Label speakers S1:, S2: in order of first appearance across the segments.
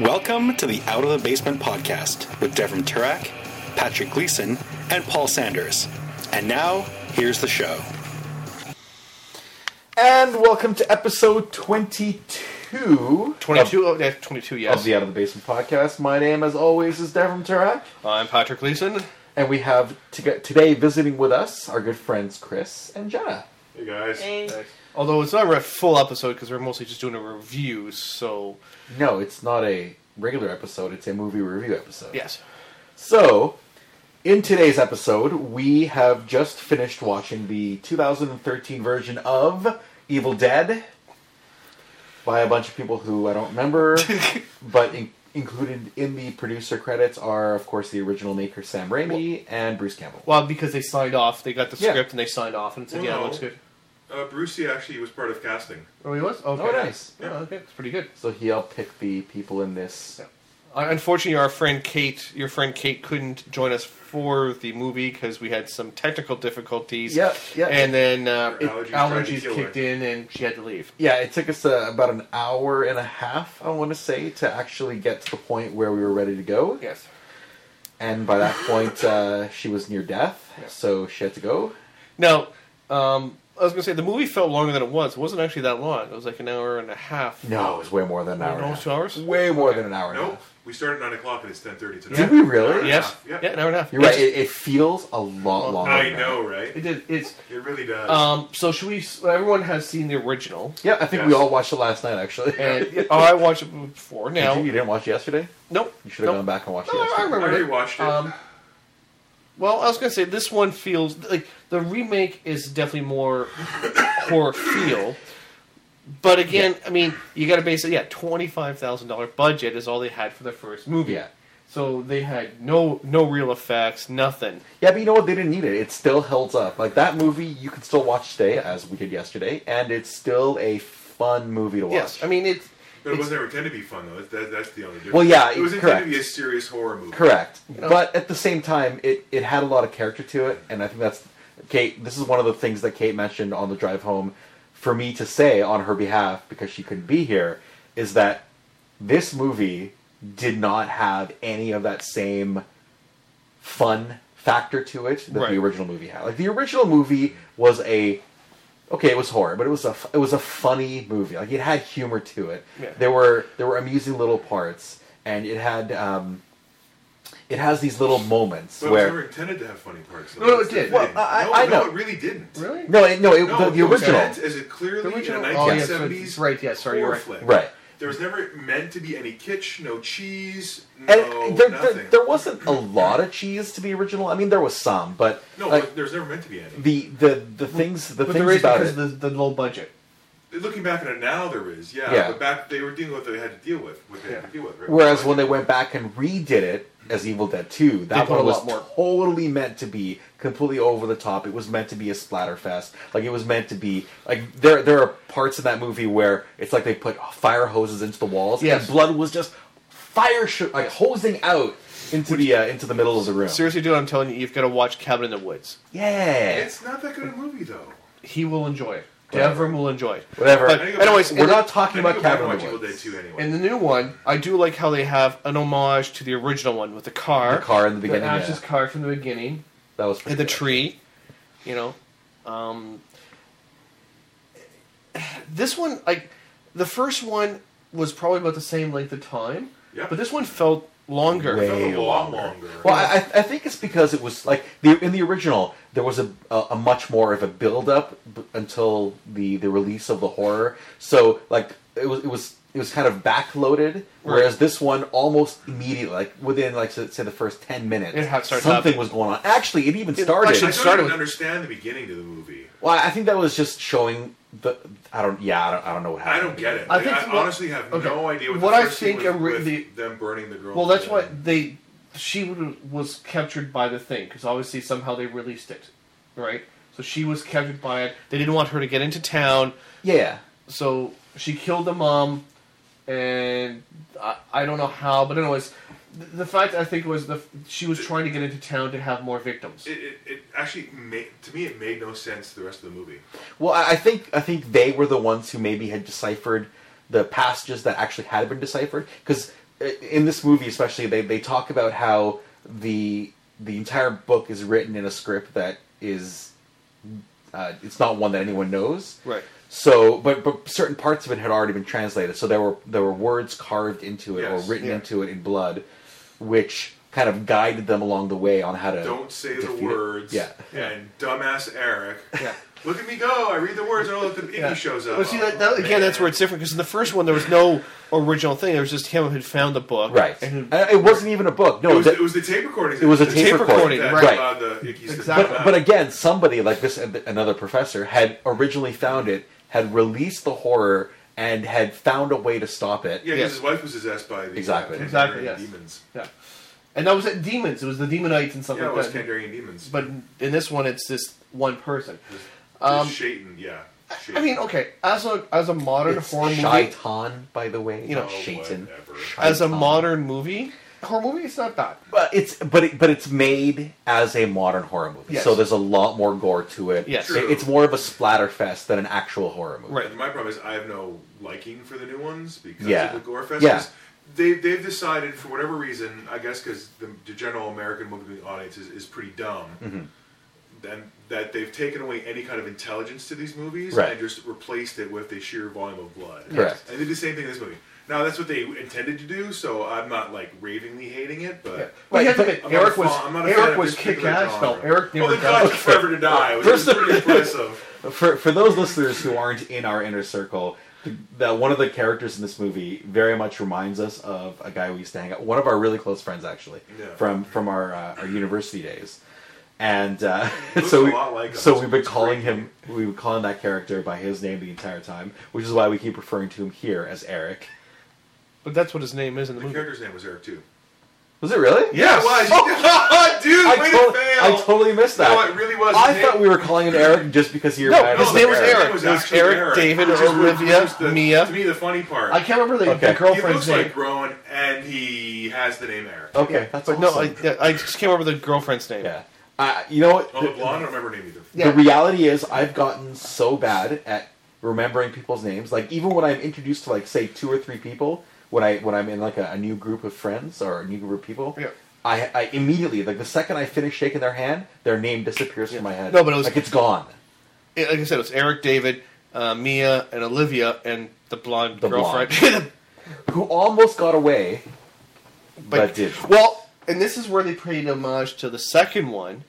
S1: Welcome to the Out of the Basement podcast with Devram Turak, Patrick Gleason, and Paul Sanders. And now, here's the show.
S2: And welcome to episode 22
S3: 22, oh, yeah, 22, yes.
S2: of the Out of the Basement podcast. My name, as always, is Devram Turak,
S3: Uh, I'm Patrick Leeson.
S2: and we have to- today visiting with us our good friends Chris and Jenna.
S4: Hey guys.
S3: Although it's not a full episode because we're mostly just doing a review, so
S2: No, it's not a regular episode, it's a movie review episode.
S3: yes.
S2: So, in today's episode, we have just finished watching the 2013 version of Evil Dead by a bunch of people who I don't remember, but in- included in the producer credits are, of course, the original maker Sam Raimi and Bruce Campbell.
S3: Well, because they signed off, they got the
S2: Yeah.
S3: script and they signed off and said, yeah, it
S4: No.
S3: looks good.
S4: Uh, Brucey actually was part of casting.
S3: Oh, he was? Okay.
S2: Oh, nice.
S3: Yeah, okay. It's pretty good.
S2: So he outpicked the people in this.
S3: Uh, unfortunately, our friend Kate, your friend Kate, couldn't join us for the movie because we had some technical difficulties.
S2: Yeah, yeah.
S3: And then uh,
S4: Her allergies tried to
S3: allergies
S4: kill her.
S3: kicked in and she had to leave.
S2: Yeah, it took us uh, about an hour and a half, I want to say, to actually get to the point where we were ready to go.
S3: Yes.
S2: And by that point, uh, she was near death, so she had to go.
S3: Now, um, I was going to say, the movie felt longer than it was. It wasn't actually that long. It was like an hour and a half.
S2: No, it was way more than an hour. and a half.
S3: Almost two hours?
S2: Way more than an hour. and a
S4: No,
S2: half.
S4: we start at nine o'clock and it's ten thirty today.
S2: Did we really?
S4: Hour and a
S3: Yes.
S4: half,
S3: Yeah.
S4: yeah.
S3: an hour and a half.
S2: You're right.
S3: It's-
S2: It, it feels a lot longer.
S4: I
S2: than that.
S4: know, right?
S3: it did. It's.
S4: It really does.
S3: Um, so should we? s- Everyone has seen the original,
S2: Yeah, I think we
S4: Yes.
S2: all watched it last night, actually.
S3: and oh, I watched it before. Now,
S2: Did you, you didn't watch it yesterday?
S3: nope.
S2: You should have gone
S3: nope.
S2: back and watched
S3: No,
S2: it
S3: I
S2: yesterday.
S4: I
S3: remember it.
S4: rewatched it.
S3: Um, well, I was gonna say this one feels like the remake is definitely more horror feel, but again, I mean, you got to base it. Yeah, twenty five thousand dollar budget is all they had for the first movie.
S2: Yeah.
S3: So they had no no real effects, nothing.
S2: Yeah, but you know what? They didn't need it. It still holds up. Like that movie, you can still watch today, as we did yesterday, and it's still a fun movie to watch.
S3: Yes, I mean it's.
S4: but it
S3: it's-
S4: wasn't ever intended to be fun though. That, that, that's the only difference.
S2: Well, yeah,
S4: it was intended
S2: correct.
S4: to be a serious horror movie.
S2: Correct. But at the same time, it, it had a lot of character to it, and I think that's Kate. This is one of the things that Kate mentioned on the drive home for me to say on her behalf because she couldn't be here is that this movie did not have any of that same fun factor to it that
S3: Right.
S2: the original movie had. Like the original movie was a okay, it was horror, but it was a f- it was a funny movie. Like it had humor to it.
S3: Yeah.
S2: There were there were amusing little parts, and it had um, it has these little moments
S4: But it was never
S2: where
S4: intended to have funny parts. though.
S3: No, no,
S4: That's
S3: it
S4: the
S3: did.
S4: thing.
S2: Well, I-
S4: no,
S2: I
S4: no,
S2: know.
S4: it really didn't.
S3: Really?
S2: no, it, no, it,
S4: No,
S2: the, the
S4: it was
S2: original.
S4: meant as a clearly
S3: The original-
S4: in a
S3: oh, yes,
S4: 1970s
S3: right, yes, sorry, you're
S4: horror
S3: right.
S4: flick.
S2: Right.
S4: There was never meant to be any kitsch, no cheese, no
S2: And there, there,
S4: nothing.
S2: there wasn't a lot of cheese to be original. I mean, there was some, but
S4: no,
S2: like
S4: but there was never meant to be any.
S2: the the the things the
S3: But the
S2: things
S3: reason
S2: about
S3: because
S2: it.
S3: of the, the low budget.
S4: Looking back at it now, there is, yeah.
S2: Yeah.
S4: But back, they were dealing with what they had to deal with. What they
S3: Yeah.
S4: had to deal with. Right?
S2: Whereas when they went back and redid it as Evil Dead 2,
S3: They
S2: that
S3: put a
S2: one was
S3: lot more-
S2: totally meant to be completely over the top. It was meant to be a splatterfest. Like it was meant to be like there there are parts in that movie where it's like they put fire hoses into the walls
S3: Yes.
S2: and blood was just fire sh- like hosing out into the uh, into the middle of the room.
S3: Seriously, dude, I'm telling you, you've got to watch Cabin in the Woods.
S2: Yeah.
S4: It's not that good a movie, though.
S3: He will enjoy it. Devrim will enjoy it.
S2: Whatever.
S3: But
S4: I think
S3: anyways,
S2: We're
S3: in,
S2: not
S3: the,
S2: talking about Cabin in
S4: Watch
S2: the
S4: Evil Dead
S2: Woods.
S4: 2 anyway.
S3: in the new one, I do like how they have an homage to the original one with the car,
S2: The car in the beginning,
S3: the Ash's
S2: yeah.
S3: car from the beginning,
S2: That was
S3: and
S2: pretty
S3: the
S2: good.
S3: tree. You know, um, this one, like the first one, was probably about the same length of time.
S4: Yeah.
S3: But this one felt longer.
S2: Way
S4: It felt a lot
S2: longer.
S4: longer.
S2: Well, I, I- I think it's because it was like the, in the original there was a, a, a much more of a build up b- until the, the release of the horror. So like it was it was it was kind of backloaded, whereas this one almost immediately, like within like so- say the first ten minutes,
S3: It had started
S2: something
S3: happening.
S2: was going on. Actually, it even
S3: It
S2: started.
S3: actually
S4: I don't
S3: started
S4: even
S3: with-
S4: understand the beginning to the movie.
S2: well, I think that was just showing the I don't yeah I don't, I don't know what
S4: I
S2: happened.
S4: don't get it.
S3: I
S4: Like, I,
S3: think what-
S4: honestly have
S3: okay.
S4: no idea what,
S3: What
S4: the
S3: I
S4: first scene
S3: think
S4: was
S3: ori-
S4: with
S3: the-
S4: them burning the girl.
S3: Well, that's why they she w- was captured by the thing because obviously somehow they released it, right? So she was captured by it. They didn't want her to get into town,
S2: Yeah,
S3: so she killed the mom, and I, I don't know how, but anyways, the, the fact I think was the f- she was trying to get into town to have more victims.
S4: It, it, it actually made to me it made no sense the rest of the movie.
S2: Well, I I think I think they were the ones who maybe had deciphered the passages that actually had been deciphered because in this movie especially they, they talk about how the the entire book is written in a script that is uh, it's not one that anyone knows
S3: Right.
S2: so but but certain parts of it had already been translated so there were there were words carved into it
S4: Yes.
S2: or written
S3: Yeah.
S2: into it in blood which kind of guided them along the way on how to
S4: Don't say the
S2: defeat it.
S4: words.
S2: yeah
S4: And dumbass Eric.
S3: Yeah.
S4: Look at me go! I read the words. Oh, look, the Iggy shows up.
S3: Well, see, that,
S4: Oh,
S3: that- again, that's
S4: man.
S3: where it's different because in the first one there was no original thing. There was just him who had found the book,
S2: right
S3: And
S2: And it wasn't even a book no
S4: It was,
S2: that-
S4: it was the tape recordings.
S2: It was a
S4: that-
S2: tape
S4: that-
S2: recording,
S4: that
S2: right.
S4: allowed the Iggy to
S3: Exactly.
S4: come
S2: but,
S4: out.
S2: but again, somebody like this, another professor, had originally found it, had released the horror, and had found a way to stop it.
S4: yeah, because
S3: Yes.
S4: his wife was possessed by the
S2: Exactly.
S4: Kandarian
S3: Exactly, yes.
S4: demons.
S3: yeah. And that was it. Demons. It was the demonites and stuff
S4: Yeah, it
S3: like
S4: was
S3: that.
S4: Kandarian demons.
S3: But in this one, it's this one person.
S4: Um, Shaitan, yeah. Shaitan.
S3: I mean, okay, as a as a modern
S2: It's
S3: horror movie,
S2: Shaitan, by the way,
S3: You
S2: you
S3: know,
S2: know, Shaitan.
S4: whatever.
S3: as a
S4: um,
S2: Shaitan.
S3: modern movie, horror movie, it's not bad.
S2: But it's but it, but it's made as a modern horror movie,
S3: Yes.
S2: so there's a lot more gore to it.
S3: Yes.
S2: It- it's more of a splatter fest than an actual horror movie.
S3: Right.
S4: And my problem is I have no liking for the new ones because
S2: Yeah.
S4: of the gore fest.
S2: Yeah.
S4: They, they've decided, for whatever reason, I guess because the, the general American movie audience is, is pretty dumb,
S3: Mm-hmm.
S4: then, that they've taken away any kind of intelligence to these movies
S2: Right.
S4: and just replaced it with the sheer volume of blood.
S2: Correct.
S4: And they did the same thing in this movie. Now, that's what they intended to do, so I'm not like ravingly hating it, but.
S3: But you have to
S2: but-
S3: think,
S4: I'm not a
S3: Eric
S4: fan-
S3: was
S4: I'm not a fan
S3: Eric
S4: of
S3: was
S4: this particular
S3: kick ass though.
S4: genre.
S3: Eric
S4: Well,
S3: never
S4: the guy
S3: got
S4: took forever to die. which
S2: First
S4: was
S2: of-
S4: pretty impressive.
S2: For for those listeners who aren't in our inner circle, th- that one of the characters in this movie very much reminds us of a guy we used to hang out. One of our really close friends, actually,
S4: Yeah.
S2: from from our uh, our university days, and uh,
S4: Looks
S2: so
S4: a
S2: we,
S4: lot like
S2: so
S4: us.
S2: we've been
S4: It's
S2: calling
S4: great.
S2: him we've been calling that character by his name the entire time, which is why we keep referring to him here as Eric.
S3: But that's what his name is in the
S4: The
S3: movie.
S4: character's name was Eric, too.
S2: Was it really?
S4: Yeah, it was. Dude,
S2: I,
S4: way to
S2: tot-
S4: fail.
S2: I totally missed that.
S4: No, it really was.
S2: I
S4: His
S2: thought
S4: name-
S2: we were calling him Eric just because he
S3: No,
S2: reminded
S3: his
S2: us
S3: name
S2: of
S3: was
S2: Eric.
S3: Eric. It was
S4: actually
S3: Eric, David,
S4: which is-
S3: Olivia,
S4: which is the-
S3: Mia.
S4: To me, the funny part.
S3: I can't remember the,
S2: Okay.
S3: the
S2: He
S4: he
S3: girlfriend's
S4: looks
S3: name. Oh,
S4: like grown, and he has the name Eric.
S2: Okay, that's
S3: but
S2: awesome.
S3: no, I, yeah, I just can't remember the girlfriend's name.
S2: yeah. Uh, you know what?
S4: Oh, the blonde. I don't remember her name either.
S3: Yeah.
S2: The reality is, I've gotten so bad at remembering people's names. Like even when I'm introduced to like say two or three people, when I when I'm in like a, a new group of friends or a new group of people,
S3: Yeah.
S2: I, I immediately like the second I finish shaking their hand, their name disappears
S3: Yeah.
S2: from my head.
S3: No, but it was-
S2: like it's gone.
S3: Yeah, like I said, it was Eric, David, uh, Mia, and Olivia, and the blonde
S2: The
S3: girlfriend.
S2: Who almost got away, but, did.
S3: Well, and this is where they paid homage to the second one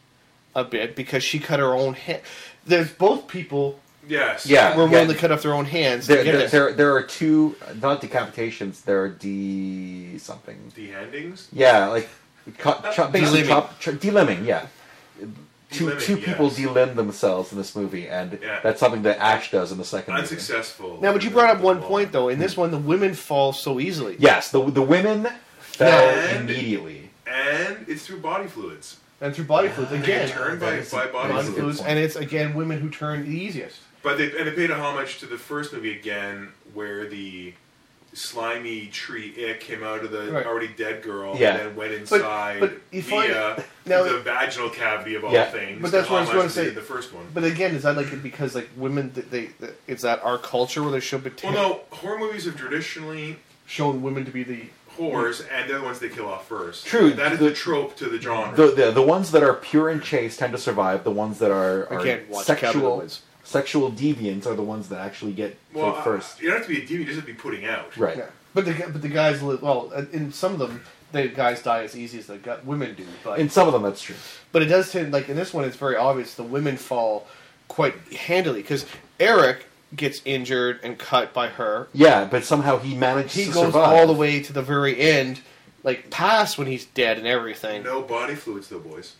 S3: a bit because she cut her own hand. There's both people
S4: Yes.
S2: Yeah.
S3: were willing to cut off their own hands. to
S2: There,
S3: get
S2: there,
S3: it.
S2: there, there are two not decapitations. There are d something.
S4: The endings.
S2: Yeah, like cut, chop, basically
S3: Delimbing.
S2: chop, chop, delimbing. Yeah, two
S4: Delimbing,
S2: two people
S4: yes.
S2: delim themselves in this movie, and
S4: Yeah.
S2: that's something that Ash does in the second movie.
S4: Unsuccessful.
S3: now, but you brought up
S4: The
S3: one
S4: blonde.
S3: point though. In this one, the women fall so easily.
S2: Yes, the the women fell
S4: And-
S2: immediately.
S4: And it's through body fluids.
S3: and through body fluids
S4: They get
S3: again.
S4: turned
S2: that
S4: by,
S2: is-
S4: by body
S2: that
S3: Body
S2: is a good
S4: fluids.
S3: fluids,
S2: point.
S3: and it's again women who turn the easiest.
S4: But they and they paid a homage to the first movie again, where the slimy tree ick came out of the
S3: Right.
S4: already dead girl
S2: Yeah.
S4: and then went inside
S3: but you find-
S4: via
S3: now-
S4: the vaginal cavity of all
S2: Yeah.
S4: things.
S3: But that's
S4: to
S3: what I was
S4: homage
S3: gonna
S4: they
S3: say.
S4: did The first one.
S3: But again, is that like because like women th- they, they is that our culture where they show be
S4: well, no, horror movies have traditionally
S3: shown women to be the
S4: whores, and they're the ones they kill off first.
S2: True.
S4: That is
S2: The-
S4: the trope to the genre.
S2: The, the the ones that are pure and chaste tend to survive. The ones that are, are
S3: Again, watch Cabin in the
S2: sexual
S3: Woods.
S2: sexual deviants are the ones that actually get
S4: well, uh,
S2: killed first.
S4: you don't have to be a demon; you just have to be putting out.
S2: right.
S3: Yeah, but the gu- but the guys live well. uh, In some of them, the guys die as easy as the gu- women do. But
S2: In some of them, that's true.
S3: but it does tend like in this one, it's very obvious the women fall quite handily because Eric gets injured and cut by her.
S2: Yeah, but somehow he managed
S3: He
S2: to
S3: goes
S2: survive.
S3: all the way to the very end, like past when he's dead and everything.
S4: No body fluids, though, boys.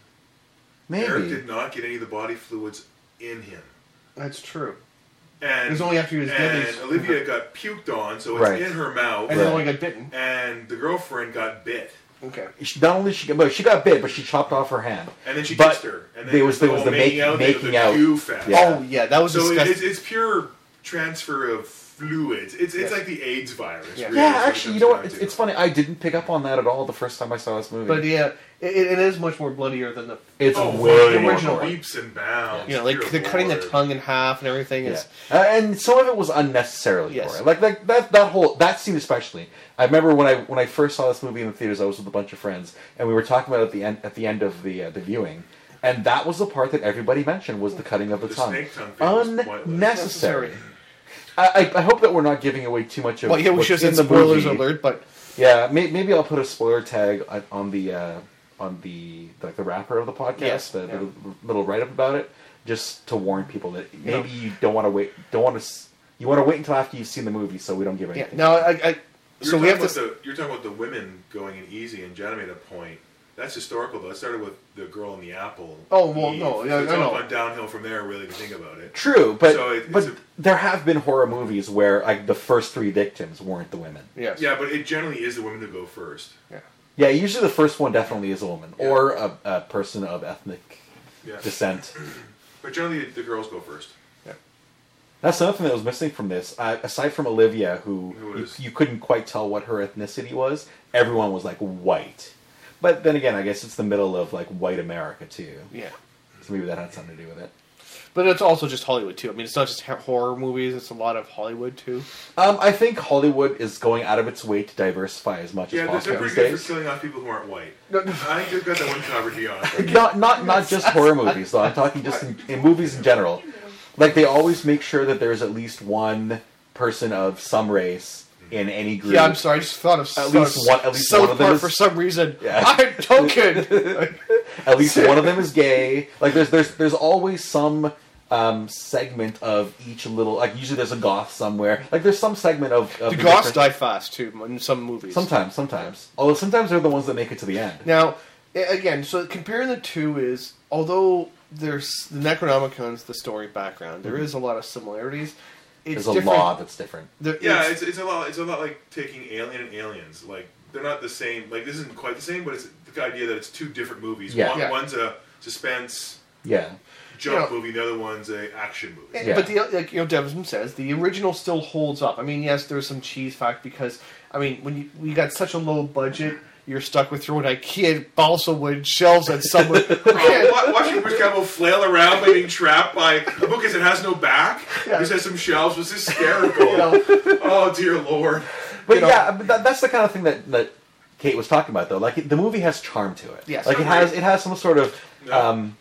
S4: Eric
S2: Maybe.
S4: did not get any of the body fluids in him.
S3: That's true.
S4: And
S3: It was only after he was dead
S4: and
S3: he's-
S4: Olivia got puked on, so it's
S2: Right.
S4: in her mouth.
S3: And
S2: Right.
S3: then only got bitten.
S4: and the girlfriend got bit.
S3: Okay.
S2: She- Not only she got, well, she got bit, but she chopped off her hand.
S4: And then she
S2: But
S4: kissed her. And then
S2: there was- there
S4: the
S2: was
S4: whole
S2: the make-
S4: making out. there was
S2: making out.
S4: the goo fest.
S2: Yeah.
S3: Oh yeah, that was
S4: So it-
S3: disgusting.
S4: it's, it's pure transfer of fluids. It's
S3: Yes.
S4: it's like the AIDS virus.
S3: Yeah.
S4: really, is
S2: Oh, Yeah,
S4: what it
S2: actually, you
S4: comes
S2: know what?
S4: down
S2: It's,
S4: to.
S2: it's funny. I didn't pick up on that at all the first time I saw this movie.
S3: But yeah, it, it is much more bloodier than the
S2: it's
S4: oh,
S2: way
S4: the
S2: more
S4: original
S2: bloody.
S4: leaps and bounds.
S3: you know like
S4: Dear
S3: they're cutting the
S4: Lord.
S3: tongue in half and everything
S2: Yeah.
S3: is
S2: Uh, and some of it was unnecessarily
S3: Yes.
S2: gory. Like like that that whole that scene especially. I remember when I when I first saw this movie in the theaters, I was with a bunch of friends, and we were talking about it at the end at the end of the uh, the viewing, and that was the part that everybody mentioned was the cutting of the,
S4: The
S2: tongue.
S4: snake tongue thing was pointless.
S2: unnecessary. I, I I hope that we're not giving away too much of.
S3: Well, yeah, we
S2: what's
S3: should have
S2: in
S3: said
S2: the
S3: spoilers
S2: movie.
S3: alert, but
S2: Yeah, may, maybe I'll put a spoiler tag on, on the uh, on the like the wrapper of the podcast,
S3: Yes,
S2: the,
S3: yeah.
S2: the little write up about it, just to warn people that maybe
S3: Yeah.
S2: you don't want to wait, don't want to, you want to wait until after you've seen the movie, so we don't give
S3: yeah.
S2: anything.
S3: Now, I, I
S4: You're
S3: so we have
S4: talking
S3: to.
S4: about The, you're talking about the women going in easy, and Jenna made a point. That's historical, though. It started with the girl in the apple.
S3: Oh, well, no, yeah,
S4: So it's
S3: I
S4: all
S3: know.
S4: gone downhill from there. Really, if you think about it.
S2: True, but
S4: So it-
S2: but
S4: it's a-
S2: there have been horror movies where like the first three victims weren't the women.
S3: yes.
S4: Yeah, but it generally is the women who go first.
S3: Yeah.
S2: Yeah, usually the first one definitely is a woman or a, a person of ethnic
S4: Yeah,
S2: descent.
S4: but generally the girls go first.
S3: Yeah.
S2: That's another thing that was missing from this. Uh, aside from Olivia, who
S4: Who
S2: you,
S4: is-
S2: you couldn't quite tell what her ethnicity was, everyone was like white. But then again, I guess it's the middle of like white America too.
S3: Yeah.
S2: So maybe that had something to do with it.
S3: But it's also just Hollywood too. I mean, it's not just ho- horror movies; it's a lot of Hollywood too.
S2: Um, I think Hollywood is going out of its way to diversify as much
S4: Yeah,
S2: as
S4: they're,
S2: possible
S4: they're
S2: these
S4: pretty good for
S2: days.
S4: killing off people who aren't white.
S3: No, no.
S4: I think they've got that one covered. To be honest, with you.
S2: Not not not just horror movies though. I'm talking just in, in movies in general. Like they always make sure that there's at least one person of some race in any group.
S3: Yeah, I'm sorry. I just thought of
S2: At
S3: thought
S2: least
S3: of
S2: one- at least
S3: South
S2: one of them
S3: Park
S2: is-
S3: for some reason.
S2: Yeah.
S3: I'm token. Like,
S2: At least one of them is gay. Like there's there's there's always some um, segment of each little like usually there's a goth somewhere. Like there's some segment of, of
S3: the goths
S2: different-
S3: die fast too in some movies.
S2: Sometimes, sometimes. Although sometimes they're the ones that make it to the end.
S3: Now, a- again, so comparing the two is although there's the Necronomicon's the story background, there is a lot of similarities. It's
S2: Mm-hmm. There's a
S3: different.
S2: law that's different.
S3: There-
S4: yeah, it's, it's a lot. It's a lot like taking Alien and Aliens. Like they're not the same. Like this isn't quite the same, but it's the idea that it's two different movies.
S2: Yeah.
S4: One,
S3: Yeah.
S4: one's a suspense
S2: Yeah.
S4: jump
S3: You know-
S4: movie. The other one's a action movie.
S3: And-
S2: Yeah.
S3: But the like you know Devism says the original still holds up. I mean, yes, there's some cheese fact because I mean when you we got such a low budget, you're stuck with throwing IKEA balsa wood shelves at someone.
S4: Oh, wa- watching Bruce Campbell flail around by being trapped by a book as it has no back.
S3: Yeah.
S4: This has some shelves. was hysterical.
S3: You know?
S4: Oh dear lord.
S2: But
S3: You know-
S2: yeah, but that, that's the kind of thing that, that Kate was talking about though. Like it, the movie has charm to it.
S3: Yes.
S2: Like it has it has some sort of
S4: Yeah.
S2: um,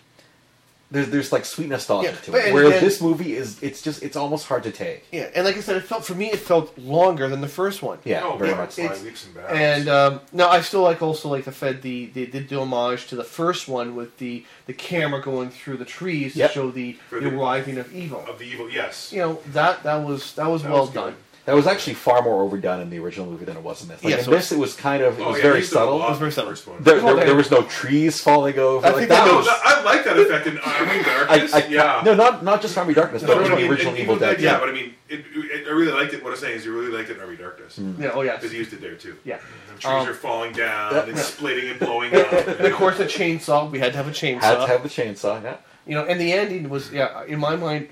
S2: there's there's like sweet nostalgia
S3: Yeah,
S2: to
S3: but-
S2: it. Where
S3: and-
S2: this movie is it's just it's almost hard to take.
S3: yeah, and like I said, it felt for me it felt longer than the first one.
S2: Yeah,
S4: oh,
S2: very
S4: God,
S2: much. uh,
S4: by
S3: It's-
S4: leaps and bounds.
S3: And um, no, I still like also like the Fed the the, the, the homage to the first one with the the camera going through the trees
S2: Yep.
S3: to show the,
S4: For
S3: the
S4: the-
S3: arriving of evil.
S4: of the evil, yes.
S3: You know that that was that was
S4: That
S3: well
S4: was good.
S3: done.
S2: That was actually far more overdone in the original movie than it was in this. Like
S3: Yeah,
S2: in
S3: so-
S2: this, it was kind of it
S4: Oh,
S2: was
S4: yeah,
S2: very
S4: he used to
S2: subtle.
S4: block
S3: It was very subtle.
S4: the first one.
S2: There,
S3: There's no
S2: there, there
S3: there.
S2: was no trees falling over.
S3: I
S2: like
S3: think
S2: that
S3: that
S4: No,
S2: was.
S4: that- I like that effect in Army Darkness.
S2: I, I,
S4: yeah.
S2: No, not not just Army Darkness, but
S4: No,
S2: from
S4: but I
S2: the
S4: mean,
S2: original
S4: it-
S2: Evil
S4: it-
S2: Dead.
S4: Yeah,
S2: Yeah,
S4: but I mean, it, it, I really liked it. What I'm saying is, you really liked it in Army Darkness because
S2: Mm.
S3: Yeah. Oh yes.
S4: he used it there too.
S3: Yeah.
S4: The trees
S3: Um,
S4: are falling down
S2: yeah.
S4: and splitting and blowing up.
S3: And of course, the chainsaw. We had to have a chainsaw.
S2: had to have the chainsaw. Yeah,
S3: You know, and the ending was yeah. In my mind,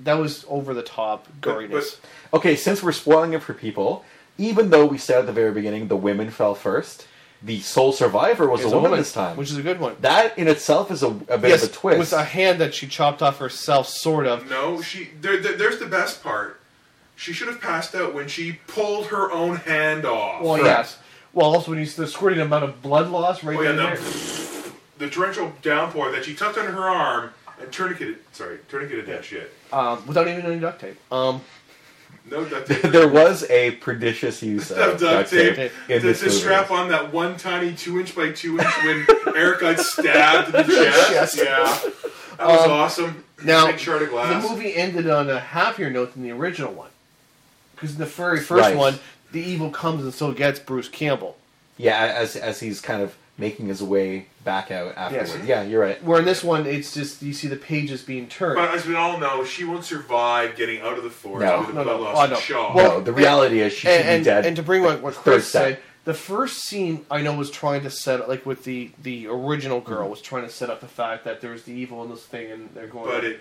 S3: that was over the top
S4: But-
S3: goriness.
S4: but-
S2: Okay, since we're spoiling it for people, even though we said at the very beginning the women fell first, the sole survivor was
S3: It
S2: a
S3: was
S2: woman, this time.
S3: which is a good one.
S2: that in itself is a, a bit of a twist.
S3: with a hand that she chopped off herself, sort of.
S4: No, she. There, there, there's the best part. She should have passed out when she pulled her own hand off.
S3: Well,
S2: Correct.
S3: Oh, yes. Well, also when he's the squirting amount of blood loss right
S4: Oh, yeah,
S3: then and there.
S4: the, the torrential downpour that she tucked under her arm and tourniqueted. Sorry, tourniqueted that shit.
S3: um, without even any duct tape. Um,
S4: No duct tape.
S2: there was a perdicious use of
S4: Of duct tape
S2: in
S4: to,
S2: this
S4: to
S2: movie.
S4: strap on that one tiny two inch by two inch when Eric got stabbed in the chest.
S3: Chest.
S4: Yeah, that was awesome.
S3: Um, now,
S4: Big shard of glass.
S3: the movie ended on a happier note than the original one. Because in the very first
S2: Right.
S3: one, the evil comes and so gets Bruce Campbell.
S2: Yeah, as as he's kind of making his way back out afterwards. Yeah, you're right.
S3: Where in this one, it's just you see the pages being turned.
S4: But as we all know, she won't survive getting out of the forest
S2: No.
S4: with the
S3: No,
S4: blood
S3: no.
S4: loss
S3: Oh,
S4: and
S3: no.
S4: Shaw.
S3: Well,
S2: no, the reality is she should
S3: and, and,
S2: be dead.
S3: and to bring what, what
S2: Third
S3: Chris
S2: step.
S3: said, the first scene I know was trying to set up, like with the the original
S2: Mm-hmm.
S3: girl was trying to set up the fact that there's the evil in this thing and they're going.
S4: But it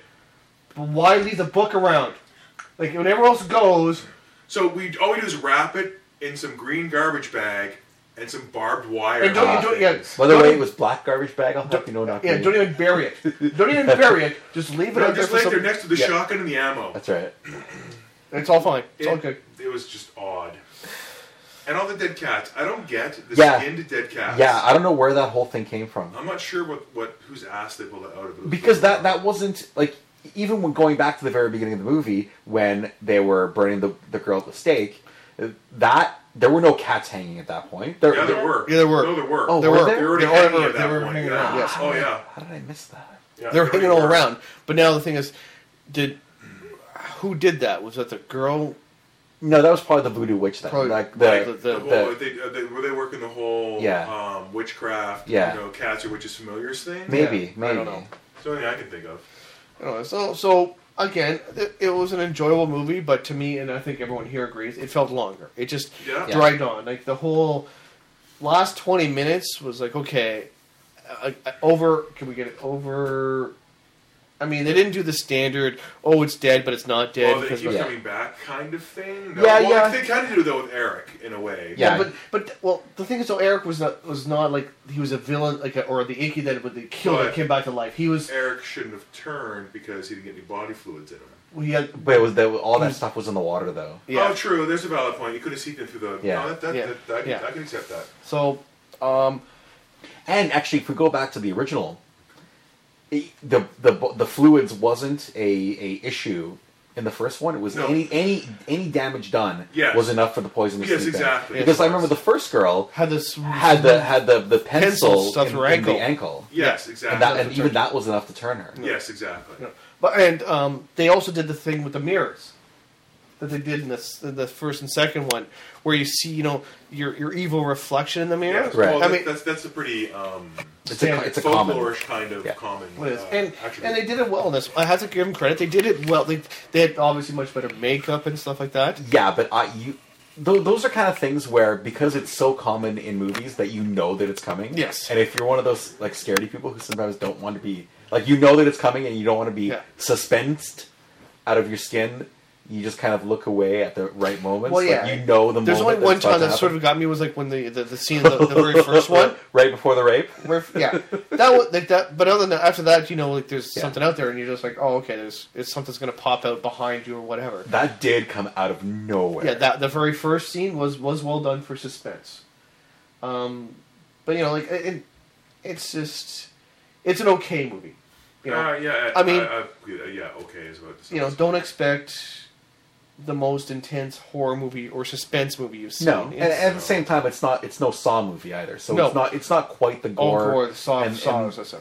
S3: But why leave the book around? Like when everyone else goes,
S4: So we all we do is wrap it in some green garbage bag and some barbed wire.
S3: and don't, you
S2: Ah,
S3: don't, yeah,
S2: By the
S3: don't
S2: way,
S3: even-
S2: it was black garbage bag. I'll help you know not
S3: yeah,
S2: green.
S3: don't even bury it. Don't even bury it. Just leave it.
S4: No,
S3: out
S4: just
S3: there
S4: lay
S3: for
S4: it there
S3: some-
S4: next to the
S2: Yeah.
S4: shotgun and the ammo.
S2: That's right.
S3: It's all fine. It's
S4: it,
S3: all good.
S4: It was just odd. And all the dead cats. I don't get the
S2: Yeah.
S4: skinned dead cats.
S2: Yeah, I don't know where that whole thing came from.
S4: I'm not sure what, what whose ass they pulled that out of. but it was
S2: because
S4: really
S2: that that wasn't like even when going back to the very beginning of the movie when they were burning the the girl at the stake that there were no cats hanging at that point there,
S4: odd. Yeah, there were.
S3: Yeah, there were.
S4: No, there were.
S2: Oh,
S4: they
S3: There
S2: were
S3: were.
S2: there?
S4: were already
S3: They
S4: hanging,
S3: were-
S4: at
S3: they
S4: that
S3: were
S4: point,
S3: hanging
S4: yeah.
S3: around, yes.
S4: Oh yeah.
S2: how did i miss that
S4: yeah
S3: They're
S4: they already
S3: hanging all
S4: were.
S3: around. But now the thing is, did who did that? Was that the girl?
S2: no that was probably the voodoo witch then
S3: Probably-
S2: like
S3: right,
S2: the,
S3: the-
S2: the,
S4: The whole, they, uh, they, were they working the whole
S2: Yeah.
S4: um, witchcraft,
S2: Yeah.
S4: you know, cats or witches familiars thing?
S2: maybe
S3: yeah,
S2: maybe
S3: I don't know.
S4: It's the only thing I can think of.
S3: I don't know. So so again, it, it was an enjoyable movie, but to me, and I think everyone here agrees, it felt longer. It just
S4: Yeah. Yeah.
S3: dragged on. Like the whole last twenty minutes was like okay, I, I- over. Can we get it over? I mean, they didn't do the standard. Oh, it's dead, but it's not dead
S4: Well, they
S3: because
S4: keep
S3: we're-
S2: Yeah.
S4: coming back, kind of thing.
S2: Yeah,
S4: well,
S2: yeah.
S4: They kind of do that with Eric in a way.
S2: Yeah.
S3: but but well, the thing is, though, Eric was not was not like he was a villain, like a, or the icky that would kill
S4: Right.
S3: that came back to life. He was
S4: Eric shouldn't have turned because he didn't get any body fluids in him.
S3: he had
S2: but it was that all
S4: Mm.
S2: that stuff was in the water though
S3: yeah.
S4: Oh, true. There's a valid point. You could have seen it through the.
S2: Yeah.
S4: No, that, that,
S3: Yeah.
S4: That, that, I can-
S3: Yeah.
S4: I can accept that.
S3: So, um,
S2: and actually if we go back to the original it- the the the fluids wasn't a a issue in the first one it was
S4: No.
S2: any any any damage done
S4: Yes.
S2: was enough for the poison to
S4: Yes,
S2: seep in.
S4: exactly.
S2: because
S4: Yes,
S2: i
S4: it
S2: remember
S4: was.
S2: the first girl
S3: had this
S2: had the had the the pencil,
S3: Pencil stuck
S2: in,
S3: through her
S2: in the
S3: ankle.
S2: ankle
S4: Yes, exactly.
S2: and, that,
S3: That's
S2: and
S3: what
S2: even
S3: turned-
S2: that was enough to turn her
S4: yes, exactly.
S3: you know, but and um, they also did the thing with the mirrors that they did in this in the first and second one, where you see you know your your evil reflection in the mirror.
S4: Yeah.
S2: Right.
S4: Well,
S3: I
S4: that,
S3: mean,
S4: that's that's a pretty um,
S2: it's a
S3: Yeah,
S2: it's a common
S4: folklorish kind of
S2: Yeah.
S4: common.
S3: What it is.
S4: uh,
S3: and
S4: attribute.
S3: and they did it well in this. I have to give them credit. They did it well. They they had obviously much better makeup and stuff like that.
S2: yeah but i you tho- those are kind of things where because it's so common in movies that you know that it's coming
S3: Yes.
S2: and if you're one of those like scaredy people who sometimes don't want to be like you know that it's coming and you don't want to be
S3: Yeah.
S2: suspensed out of your skin you just kind of look away at the right moments
S3: Well,
S2: Like,
S3: yeah.
S2: you know the
S3: There's only
S2: moment
S3: one
S2: that's about
S3: time
S2: to
S3: that sort
S2: happen.
S3: of got me was like when the the, the scene the, the very first one
S2: right before the rape
S3: Where, yeah, that was like that. But other than that, after that, you know, like there's
S2: Yeah.
S3: something out there, and you're just like, oh, okay, there's it's something's gonna pop out behind you or whatever.
S2: that did come out of nowhere
S3: Yeah, that the very first scene was was well done for suspense. Um, but you know, like it, it- it's just it's an okay movie. You know,
S4: Uh, yeah.
S3: I mean-
S4: I, I, yeah. Okay, is what.
S3: you know, don't expect the most intense horror movie or suspense movie you've seen.
S2: No, and,
S3: It's-
S2: and at the same time, it's not it's no Saw movie either. So
S3: No.
S2: it's not it's not quite the
S3: oh,
S2: gore.
S3: gore, the Saw,
S2: and-
S3: Saw,
S2: and-
S3: so- so.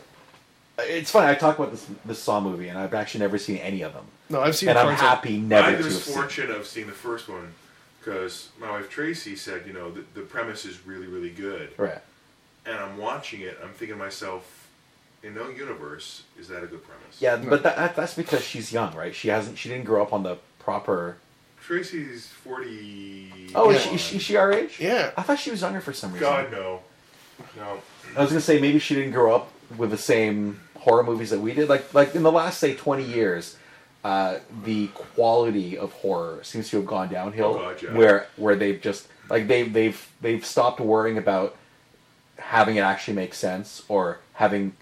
S2: it's funny. I talk about this this Saw movie, and I've actually never seen any of them.
S3: No, I've seen.
S2: And I'm
S3: parts of it.
S2: happy
S4: I
S2: never
S4: had
S2: to
S4: the
S2: have seen. it.
S4: misfortune of seeing the first one because my wife Tracy said, you know, the, the premise is really, really good.
S2: Right.
S4: And I'm watching it. I'm thinking to myself, in no universe is that a good premise.
S2: Yeah, but that, that that's because she's young, right? She hasn't she didn't grow up on the proper.
S4: Tracy's forty.
S2: Oh, is,
S3: Yeah.
S2: she, is, she, is she our age?
S3: Yeah.
S2: I thought she was younger for some reason.
S4: God no, no.
S2: I was gonna say maybe she didn't grow up with the same horror movies that we did. Like like in the last say twenty years, uh, the quality of horror seems to have gone downhill.
S4: Oh, God, yeah.
S2: Where where they've just like they they've they've stopped worrying about having it actually make sense or having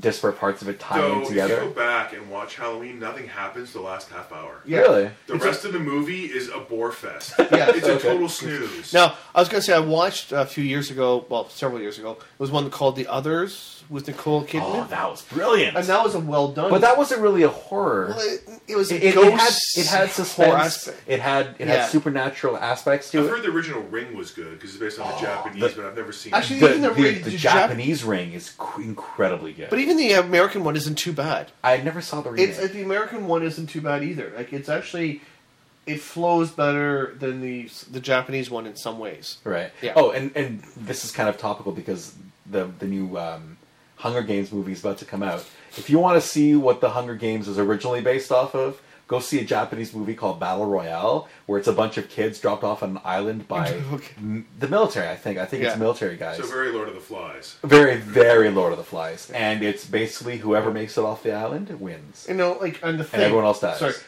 S2: disparate parts of it tie
S4: So
S2: in
S4: if you
S2: together.
S4: go back and watch Halloween, nothing happens the last half hour.
S3: Yeah.
S2: Really?
S4: The
S3: It's
S4: rest of the movie is a bore fest.
S3: Yeah.
S4: it's a
S2: Okay.
S4: total snooze.
S3: Now, I was going to say I watched a few years ago, well, several years ago. It was one called The Others with Nicole
S2: Oh,
S3: Kidman,
S2: that was brilliant.
S3: and that was a well done.
S2: but that wasn't really a horror.
S3: well, it, it was
S2: it,
S3: a
S2: it- it had
S3: ghost
S2: it had
S3: horror
S2: suspense.
S3: aspect.
S2: It had it
S3: Yeah.
S2: had supernatural aspects to
S4: I've
S2: it.
S4: heard the original Ring was good because it's based on the Japanese,
S2: the-
S4: but I've never seen
S3: Oh, Actually-
S4: it.
S2: the,
S3: Even the
S2: the-
S3: ring-
S2: the
S3: the Jap-
S2: Japanese ring is cr- incredibly good.
S3: But even the American one isn't too bad.
S2: I never saw the remake.
S3: It's uh, the American one isn't too bad either. Like it's actually it flows better than the the Japanese one in some ways.
S2: right.
S3: Yeah.
S2: Oh, and, and this is kind of topical because the the new um, Hunger Games movie is about to come out. If you want to see what the Hunger Games is originally based off of, go see a Japanese movie called Battle Royale, where it's a bunch of kids dropped off on an island by
S3: Okay.
S2: m- the military. I think I think
S3: Yeah.
S2: it's military guys.
S4: So very Lord of the Flies.
S2: very, very Lord of the Flies, and it's basically whoever makes it off the island wins.
S3: You know, like and the thing.
S2: everyone else dies.
S3: Sorry, C-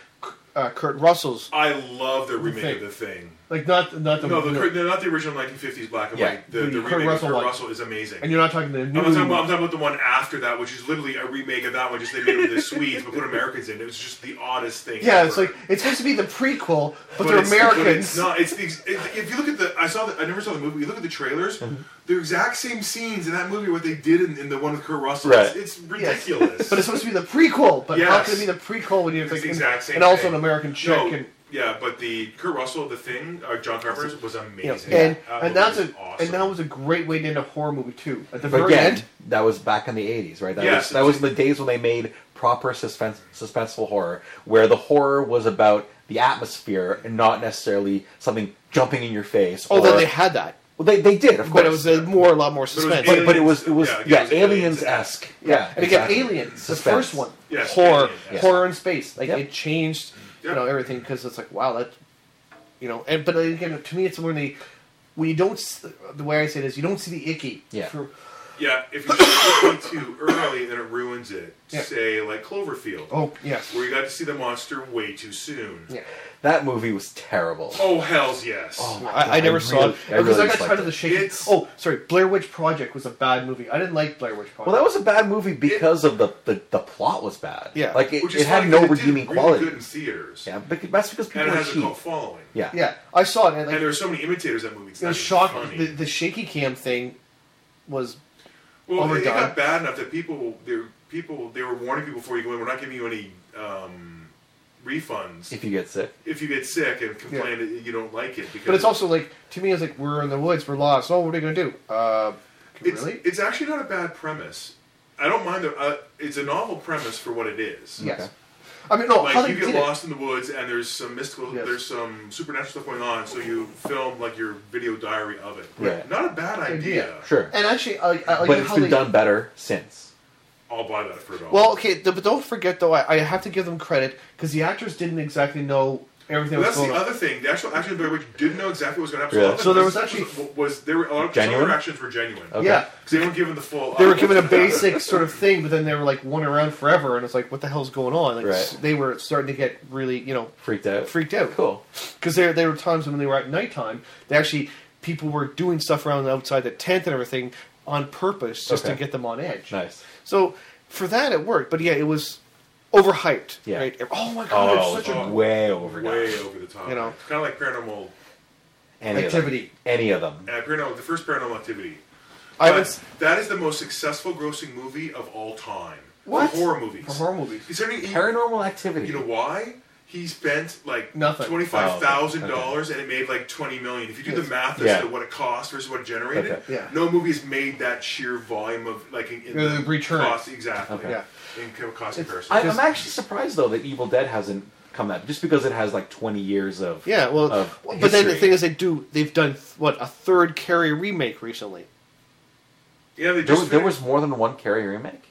S3: uh, Kurt Russell's.
S4: I love the remake
S3: Thing.
S4: of the thing.
S3: Like not not the,
S4: No, the, cur- no, not the original 1950s black and
S2: Yeah.
S4: white. The,
S3: The
S4: the,
S3: Kurt
S4: remake of
S3: Russell
S4: Kurt
S3: one.
S4: Russell is amazing.
S3: and you're not talking the new.
S4: I'm talking, about, I'm talking about the one after that, which is literally a remake of that one. Just they made it with the Swedes, but put Americans in. It was just the oddest thing.
S3: yeah, it's
S4: ever.
S3: like it's supposed to be the prequel, but,
S4: But
S3: they're
S4: it's- but
S3: Americans.
S4: No, it's the ex- if if you look at the I saw the, I never saw the movie. You look at the trailers, the exact same scenes in that movie what they did in, in the one with Kurt Russell.
S2: Right.
S4: It's, it's ridiculous.
S3: but it's supposed to be the prequel. But how
S4: Yes.
S3: can it be the prequel when you have
S4: It's
S3: like
S4: the
S3: and-
S4: exact same
S3: and also
S4: thing.
S3: an American chick
S4: no,
S3: and
S4: yeah, but the Kurt Russell, the thing, uh, John Carpenter's was
S3: you know,
S4: amazing.
S3: and
S4: That
S3: and
S4: movie
S3: that's
S4: was
S3: a and that was a great way to end a horror movie too. At the
S2: But
S3: very
S2: again,
S3: end,
S2: that was back in the '80s, right? That
S4: Yes,
S2: was that was
S4: it's-
S2: the days when they made proper suspense, suspenseful horror, where the horror was about the atmosphere and not necessarily something jumping in your face.
S4: Oh,
S3: although
S2: or-
S3: they had that,
S2: well, they, they did, of course,
S3: but it was a more a lot more
S4: was
S3: suspense.
S2: but, but it was it was
S4: Yeah, it
S2: yeah,
S4: was
S2: aliens esque, yeah,
S3: and again,
S2: exactly.
S3: Alien, the
S2: Suspense.
S3: first one,
S4: Yes,
S3: horror,
S4: Alien, yes.
S3: horror in space. Like
S2: Yep.
S3: it changed, you
S4: Yep.
S3: know, everything because it's like wow, that, you know, and but again, to me, it's when they, when you don't, s- the way I say it is, you don't see the icky.
S2: Yeah.
S3: For,
S4: Yeah, if you show it too early, then it ruins it.
S3: Yeah.
S4: Say like Cloverfield,
S3: oh yes.
S4: where you got to see the monster way too soon.
S3: Yeah.
S2: That movie was terrible.
S4: Oh hell's yes.
S2: Oh,
S3: I, I never
S2: I
S3: saw it
S2: really- I
S3: because I,
S2: really
S3: got tired
S2: disliked
S3: of
S2: it.
S3: the shaking.
S4: It's-
S3: Oh, sorry. Blair Witch Project was a bad movie. I didn't like Blair Witch Project.
S2: Well, that was a bad movie because of the, the the plot was bad.
S3: Yeah.
S2: like it,
S4: Which is
S2: it had
S4: funny
S2: no
S4: 'cause it did
S2: redeeming
S4: really
S2: quality.
S4: Good in theaters.
S2: Yeah, but that's because people
S4: and it
S2: are
S4: has a
S2: cheap.
S4: cult following.
S2: Yeah,
S3: yeah. I saw it. And, like,
S4: And there are so many imitators of that movie. It's
S3: it
S4: not
S3: was
S4: even
S3: shocking.
S4: funny.
S3: The, the shaky cam thing was
S4: well, it- it
S3: overdone.
S4: got bad enough that people, they were, people, they were warning people before you go in. We're not giving you any um, refunds
S2: if
S4: if,
S2: you get sick.
S4: you get sick and complain that you don't like it. Because
S3: But it's also like to me, it's like we're in the woods, we're lost. Oh, what are we gonna do? Uh,
S4: it's,
S3: really?
S4: it's actually not a bad premise. I don't mind the. Uh, it's a novel premise for what it is.
S3: yes.
S2: Okay.
S3: I mean, no. how
S4: Like
S3: they
S4: you get
S3: did
S4: lost in the woods and there's some mystical,
S3: Yes.
S4: there's some supernatural stuff going on. So you film like your video diary of it.
S2: Right.
S4: Not a bad idea.
S3: Idea.
S2: Sure,
S3: it, and actually, I, I
S4: Oh,
S3: like
S2: but it's
S3: how
S2: been
S3: they,
S2: done better since.
S4: I'll buy that for a dollar.
S3: Well, okay, th- but don't forget though, I, I have to give them credit because the actors didn't exactly know everything
S4: Well,
S3: was
S4: that's
S3: going
S4: the
S3: on.
S4: other thing. The actual action of Blair Witch didn't know exactly what was going to happen.
S2: Really?
S4: A lot of
S3: So there was
S4: the-
S3: actually-
S4: was, was- there were a lot of
S2: Genuine?
S4: some actions were genuine.
S2: Okay.
S3: Yeah,
S4: Because they weren't given the full.
S3: they were
S4: uh,
S3: given a basic sort of thing, but then they were like one around forever, and it's like, what the hell's going on? Like
S2: Right.
S3: s- they were starting to get really, you know,
S2: Freaked out.
S3: freaked out.
S2: Cool.
S3: Because there, there were times when they were at nighttime, they actually people were doing stuff around outside the tent and everything on purpose just to
S2: Okay.
S3: get them on edge.
S2: Nice.
S3: So for that, it worked. But yeah, it was overhyped.
S2: Yeah.
S3: Right? Oh my god,
S2: Oh,
S3: it's
S2: it's
S3: such a
S2: way overdone.
S4: way over the top.
S3: You know.
S4: kind of like paranormal.
S2: Any
S3: Activity.
S2: Of them. Any of them.
S4: Uh, paranormal. The first paranormal activity.
S3: I
S4: But
S3: was
S4: that is the most successful grossing movie of all time.
S3: What?
S4: For horror movies.
S3: for horror movies.
S4: Considering he-
S2: Paranormal activity.
S4: you know why he spent like
S3: Nothing.
S4: twenty five thousand
S2: Oh,
S4: dollars and it made like twenty million. If you do
S3: Yes.
S4: the math as
S2: Yeah.
S4: to what it cost versus what it generated,
S2: Okay.
S3: Yeah.
S4: no movie has made that sheer volume of like in, in
S3: The return.
S4: cost exactly.
S2: Okay.
S3: Yeah.
S4: In co- cost
S3: It's-
S4: comparison.
S2: I,
S3: Just-
S2: I'm actually surprised though that Evil Dead hasn't come that just because it has like 20 years of
S3: Yeah, well,
S2: of
S3: but then the
S2: history.
S3: thing is, they do. They've done what a third Carrie remake recently.
S4: yeah, they
S2: there,
S4: just
S2: was- there was more than one Carrie remake.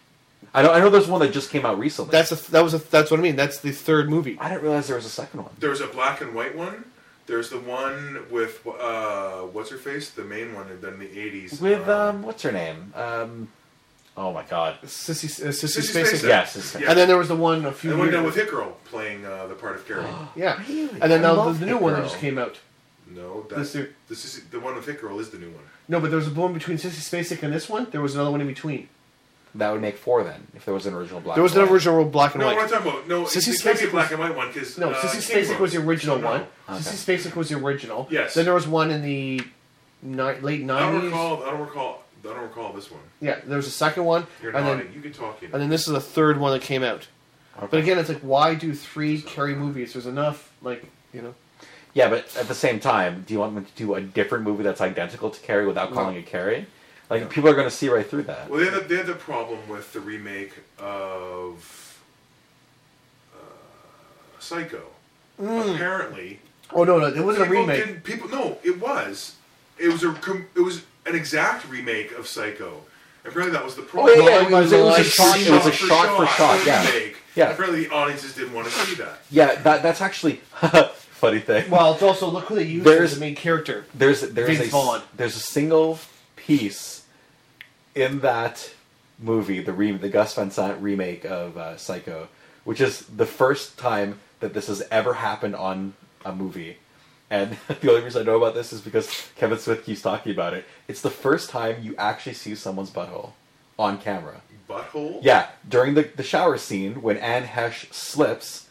S2: I know I know there's one that just came out recently.
S3: That's a that was a that's what I mean. That's the third movie.
S2: I didn't realize there was a second one.
S4: There's a black and white one. There's the one with uh, what's her face, the main one, and then the '80s
S2: With
S3: Uh,
S2: um what's her name? Um oh my god.
S3: Sissy, uh, Sissy,
S4: Sissy
S3: Spacek.
S4: Spacek.
S3: Yeah.
S2: Yes, it's-
S4: Yeah.
S3: And then there was the one a few.
S4: and the one
S3: years-
S4: done with Hit Girl playing uh, the part of Carrie.
S3: Yeah.
S2: Really?
S3: And then
S2: I
S3: now
S2: love
S3: the, the new
S2: Hit
S3: one that
S2: Girl.
S3: just came out.
S4: no,
S3: This
S4: that's
S3: year.
S4: this is the one with Hit Girl is the new one.
S3: No, but there was a one between Sissy Spacek and this one. There was another one in between.
S2: that would make four then if there was an original black.
S3: There was
S2: and
S3: an
S2: white.
S3: original black and
S4: No,
S3: white.
S4: what I'm talking about. No,
S3: Sissy
S4: it can't be
S3: Spacek
S4: a black and white one because
S3: no,
S4: uh,
S3: Sissy
S4: King
S3: Spacek was the
S4: Room.
S3: original
S4: No,
S3: one.
S2: Okay.
S3: Sissy Spacek was the original.
S4: Yes.
S3: Then there was one in the ni- late
S4: I don't
S3: nineties.
S4: recall. I don't recall. I don't recall this one.
S3: Yeah, there was a second one,
S4: You're
S3: and
S4: nodding.
S3: then
S4: you can talk. You know.
S3: and then this is the third one that came out.
S2: Okay.
S3: But again, it's like why do three Carrie movies? There's enough, like you know.
S2: Yeah, but at the same time, do you want me to do a different movie that's identical to Carrie without calling it Carrie? Like people are going to see right through that.
S4: Well, they had, the, they had the problem with the remake of uh, Psycho. Apparently,
S3: Oh no, no, Hmm. it wasn't a
S4: people
S3: remake.
S4: didn't- people, no, it was. It was a. com- It was an exact remake of Psycho. Apparently, that was the
S2: Oh,
S4: problem.
S2: yeah, yeah, it was, it was a
S3: Like,
S2: shot. It was a shot for shot. Yeah,
S4: remake.
S2: yeah,
S4: Apparently, the audiences didn't want to see that.
S2: yeah. That that's actually funny thing.
S3: Well, it's also look who they used
S2: There's-
S3: as the main character.
S2: There's there's
S3: Vince
S2: a s-
S3: Vaughn.
S2: there's a single piece in that movie, the re- the Gus Van Sant remake of uh, Psycho, which is the first time that this has ever happened on a movie. And the only reason I know about this is because Kevin Smith keeps talking about it. It's the first time you actually see someone's butthole on camera.
S4: Butthole?
S2: Yeah, during the, the shower scene when Anne Hesh slips,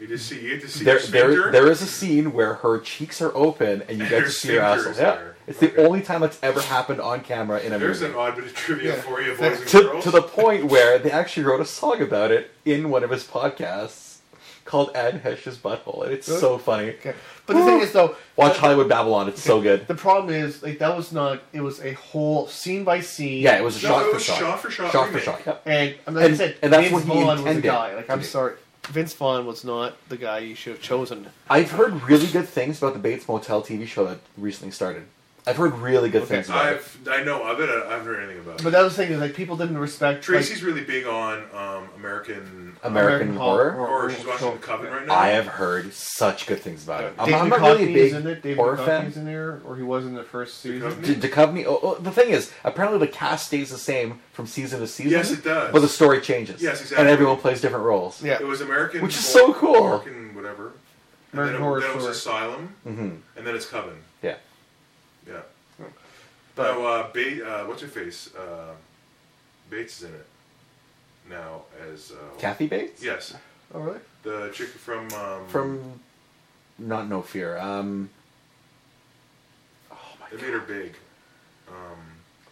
S4: You just see, you just see
S2: there,
S4: your sphincter?
S2: there, there is a scene where her cheeks are open and you get
S4: Her
S2: to see her
S4: sphincter
S2: asshole.
S4: is
S2: Yeah.
S4: there.
S2: It's
S4: Okay.
S2: the only time that's ever happened on camera in a
S4: There's
S2: movie.
S4: an odd bit of trivia
S3: Yeah.
S4: for you, boys and
S2: to,
S4: girls.
S2: to the point where they actually wrote a song about it in one of his podcasts called Anne Hesh's Butthole. And it's so funny.
S3: Okay. But the thing is, though,
S2: Watch
S3: the,
S2: Hollywood Babylon, it's so good.
S3: the problem is like that was not. It was a whole scene by scene.
S2: Yeah, it was a
S4: No,
S2: shot
S4: it
S2: for
S4: was
S2: shot.
S4: shot for shot
S2: Shot for
S4: remake.
S2: shot. Yep.
S3: And I mean, like I
S2: And-
S3: said,
S2: and that's
S3: Vince
S2: what he
S3: Vaughn was a
S2: intended
S3: guy. Like
S2: to
S3: I'm
S2: do.
S3: sorry, Vince Vaughn was not the guy you should have chosen.
S2: I've heard really good things about the Bates Motel TV show that recently started. I've heard really good
S3: Okay,
S2: things about it.
S4: I've, I know of it. I haven't heard anything about
S3: But
S4: it.
S3: that was the thing is like people didn't respect
S4: Tracy's really big on um, American
S3: like,
S2: American, Horror.
S4: horror. She's watching The Coven right now.
S2: Um, I have heard such good things about it. I'm,
S3: uh, David
S2: I'm not
S3: Duchovny's
S2: really a big
S3: in it. David
S2: horror
S3: Duchovny's
S2: fan.
S3: in there, or he was in the first season.
S4: Duchovny?
S2: D- Duchovny. Oh, oh, the thing is, apparently the cast stays the same from season to season.
S4: Yes, it does.
S2: But the story changes.
S4: Yes, exactly.
S2: And everyone plays different roles.
S3: Yeah,
S4: It was American,
S2: Which is
S4: Hor-
S2: so cool.
S4: American whatever. And then
S3: American
S4: it,
S3: Horror
S4: then it was
S3: Story.
S4: Asylum, and then it's Coven.
S2: Mm-hmm. Yeah.
S4: Yeah.
S3: But-
S4: no, uh, ba- uh, what's her face? Uh, Bates is in it now as uh,
S2: Kathy Bates.
S4: Yes,
S3: Oh really?
S4: the chick from um,
S2: From, not No Fear. Um. Oh my
S4: they
S2: god.
S4: made her big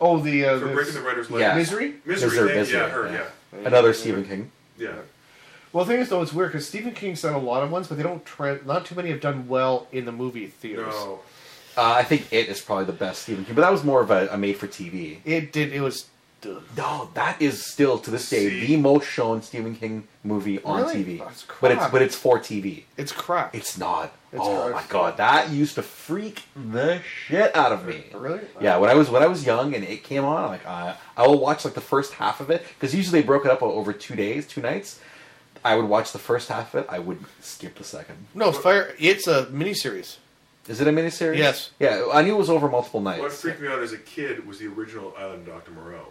S3: Oh, the uh,
S4: for
S3: the-
S4: breaking the writer's leg.
S2: Yeah.
S3: Misery.
S4: Misery,
S2: Misery,
S4: thank-
S2: Misery,
S4: yeah, her, yeah,
S2: yeah.
S3: Yeah.
S2: Another Stephen King.
S4: yeah.
S3: Well, the thing is, though, it's weird because Stephen King's done a lot of ones, but they don't. Tra- not too many have done well in the movie theaters.
S4: No,
S2: Uh, I think it is probably the best Stephen King, but that was more of a, a made-for-TV.
S3: It did. It was. Ugh.
S2: No, that is still to this day
S4: See?
S2: the most shown Stephen King movie on
S3: Really?
S2: TV.
S3: That's
S2: but it's
S3: crap.
S2: but it's for TV.
S3: It's crap.
S2: It's not.
S3: It's
S2: oh
S3: gross.
S2: my god, that used to freak the shit out of me.
S3: Really?
S2: Yeah, when I was when I was young and it came on, like I I will watch like the first half of it because usually they broke it up o- over two days, two nights. I would watch the first half of it. I would skip the second.
S3: No, fire. It's a miniseries.
S2: Is it a miniseries?
S3: Yes.
S2: Yeah, I knew it was over multiple nights.
S4: what freaked me out as a kid was the original Island of Dr. Moreau.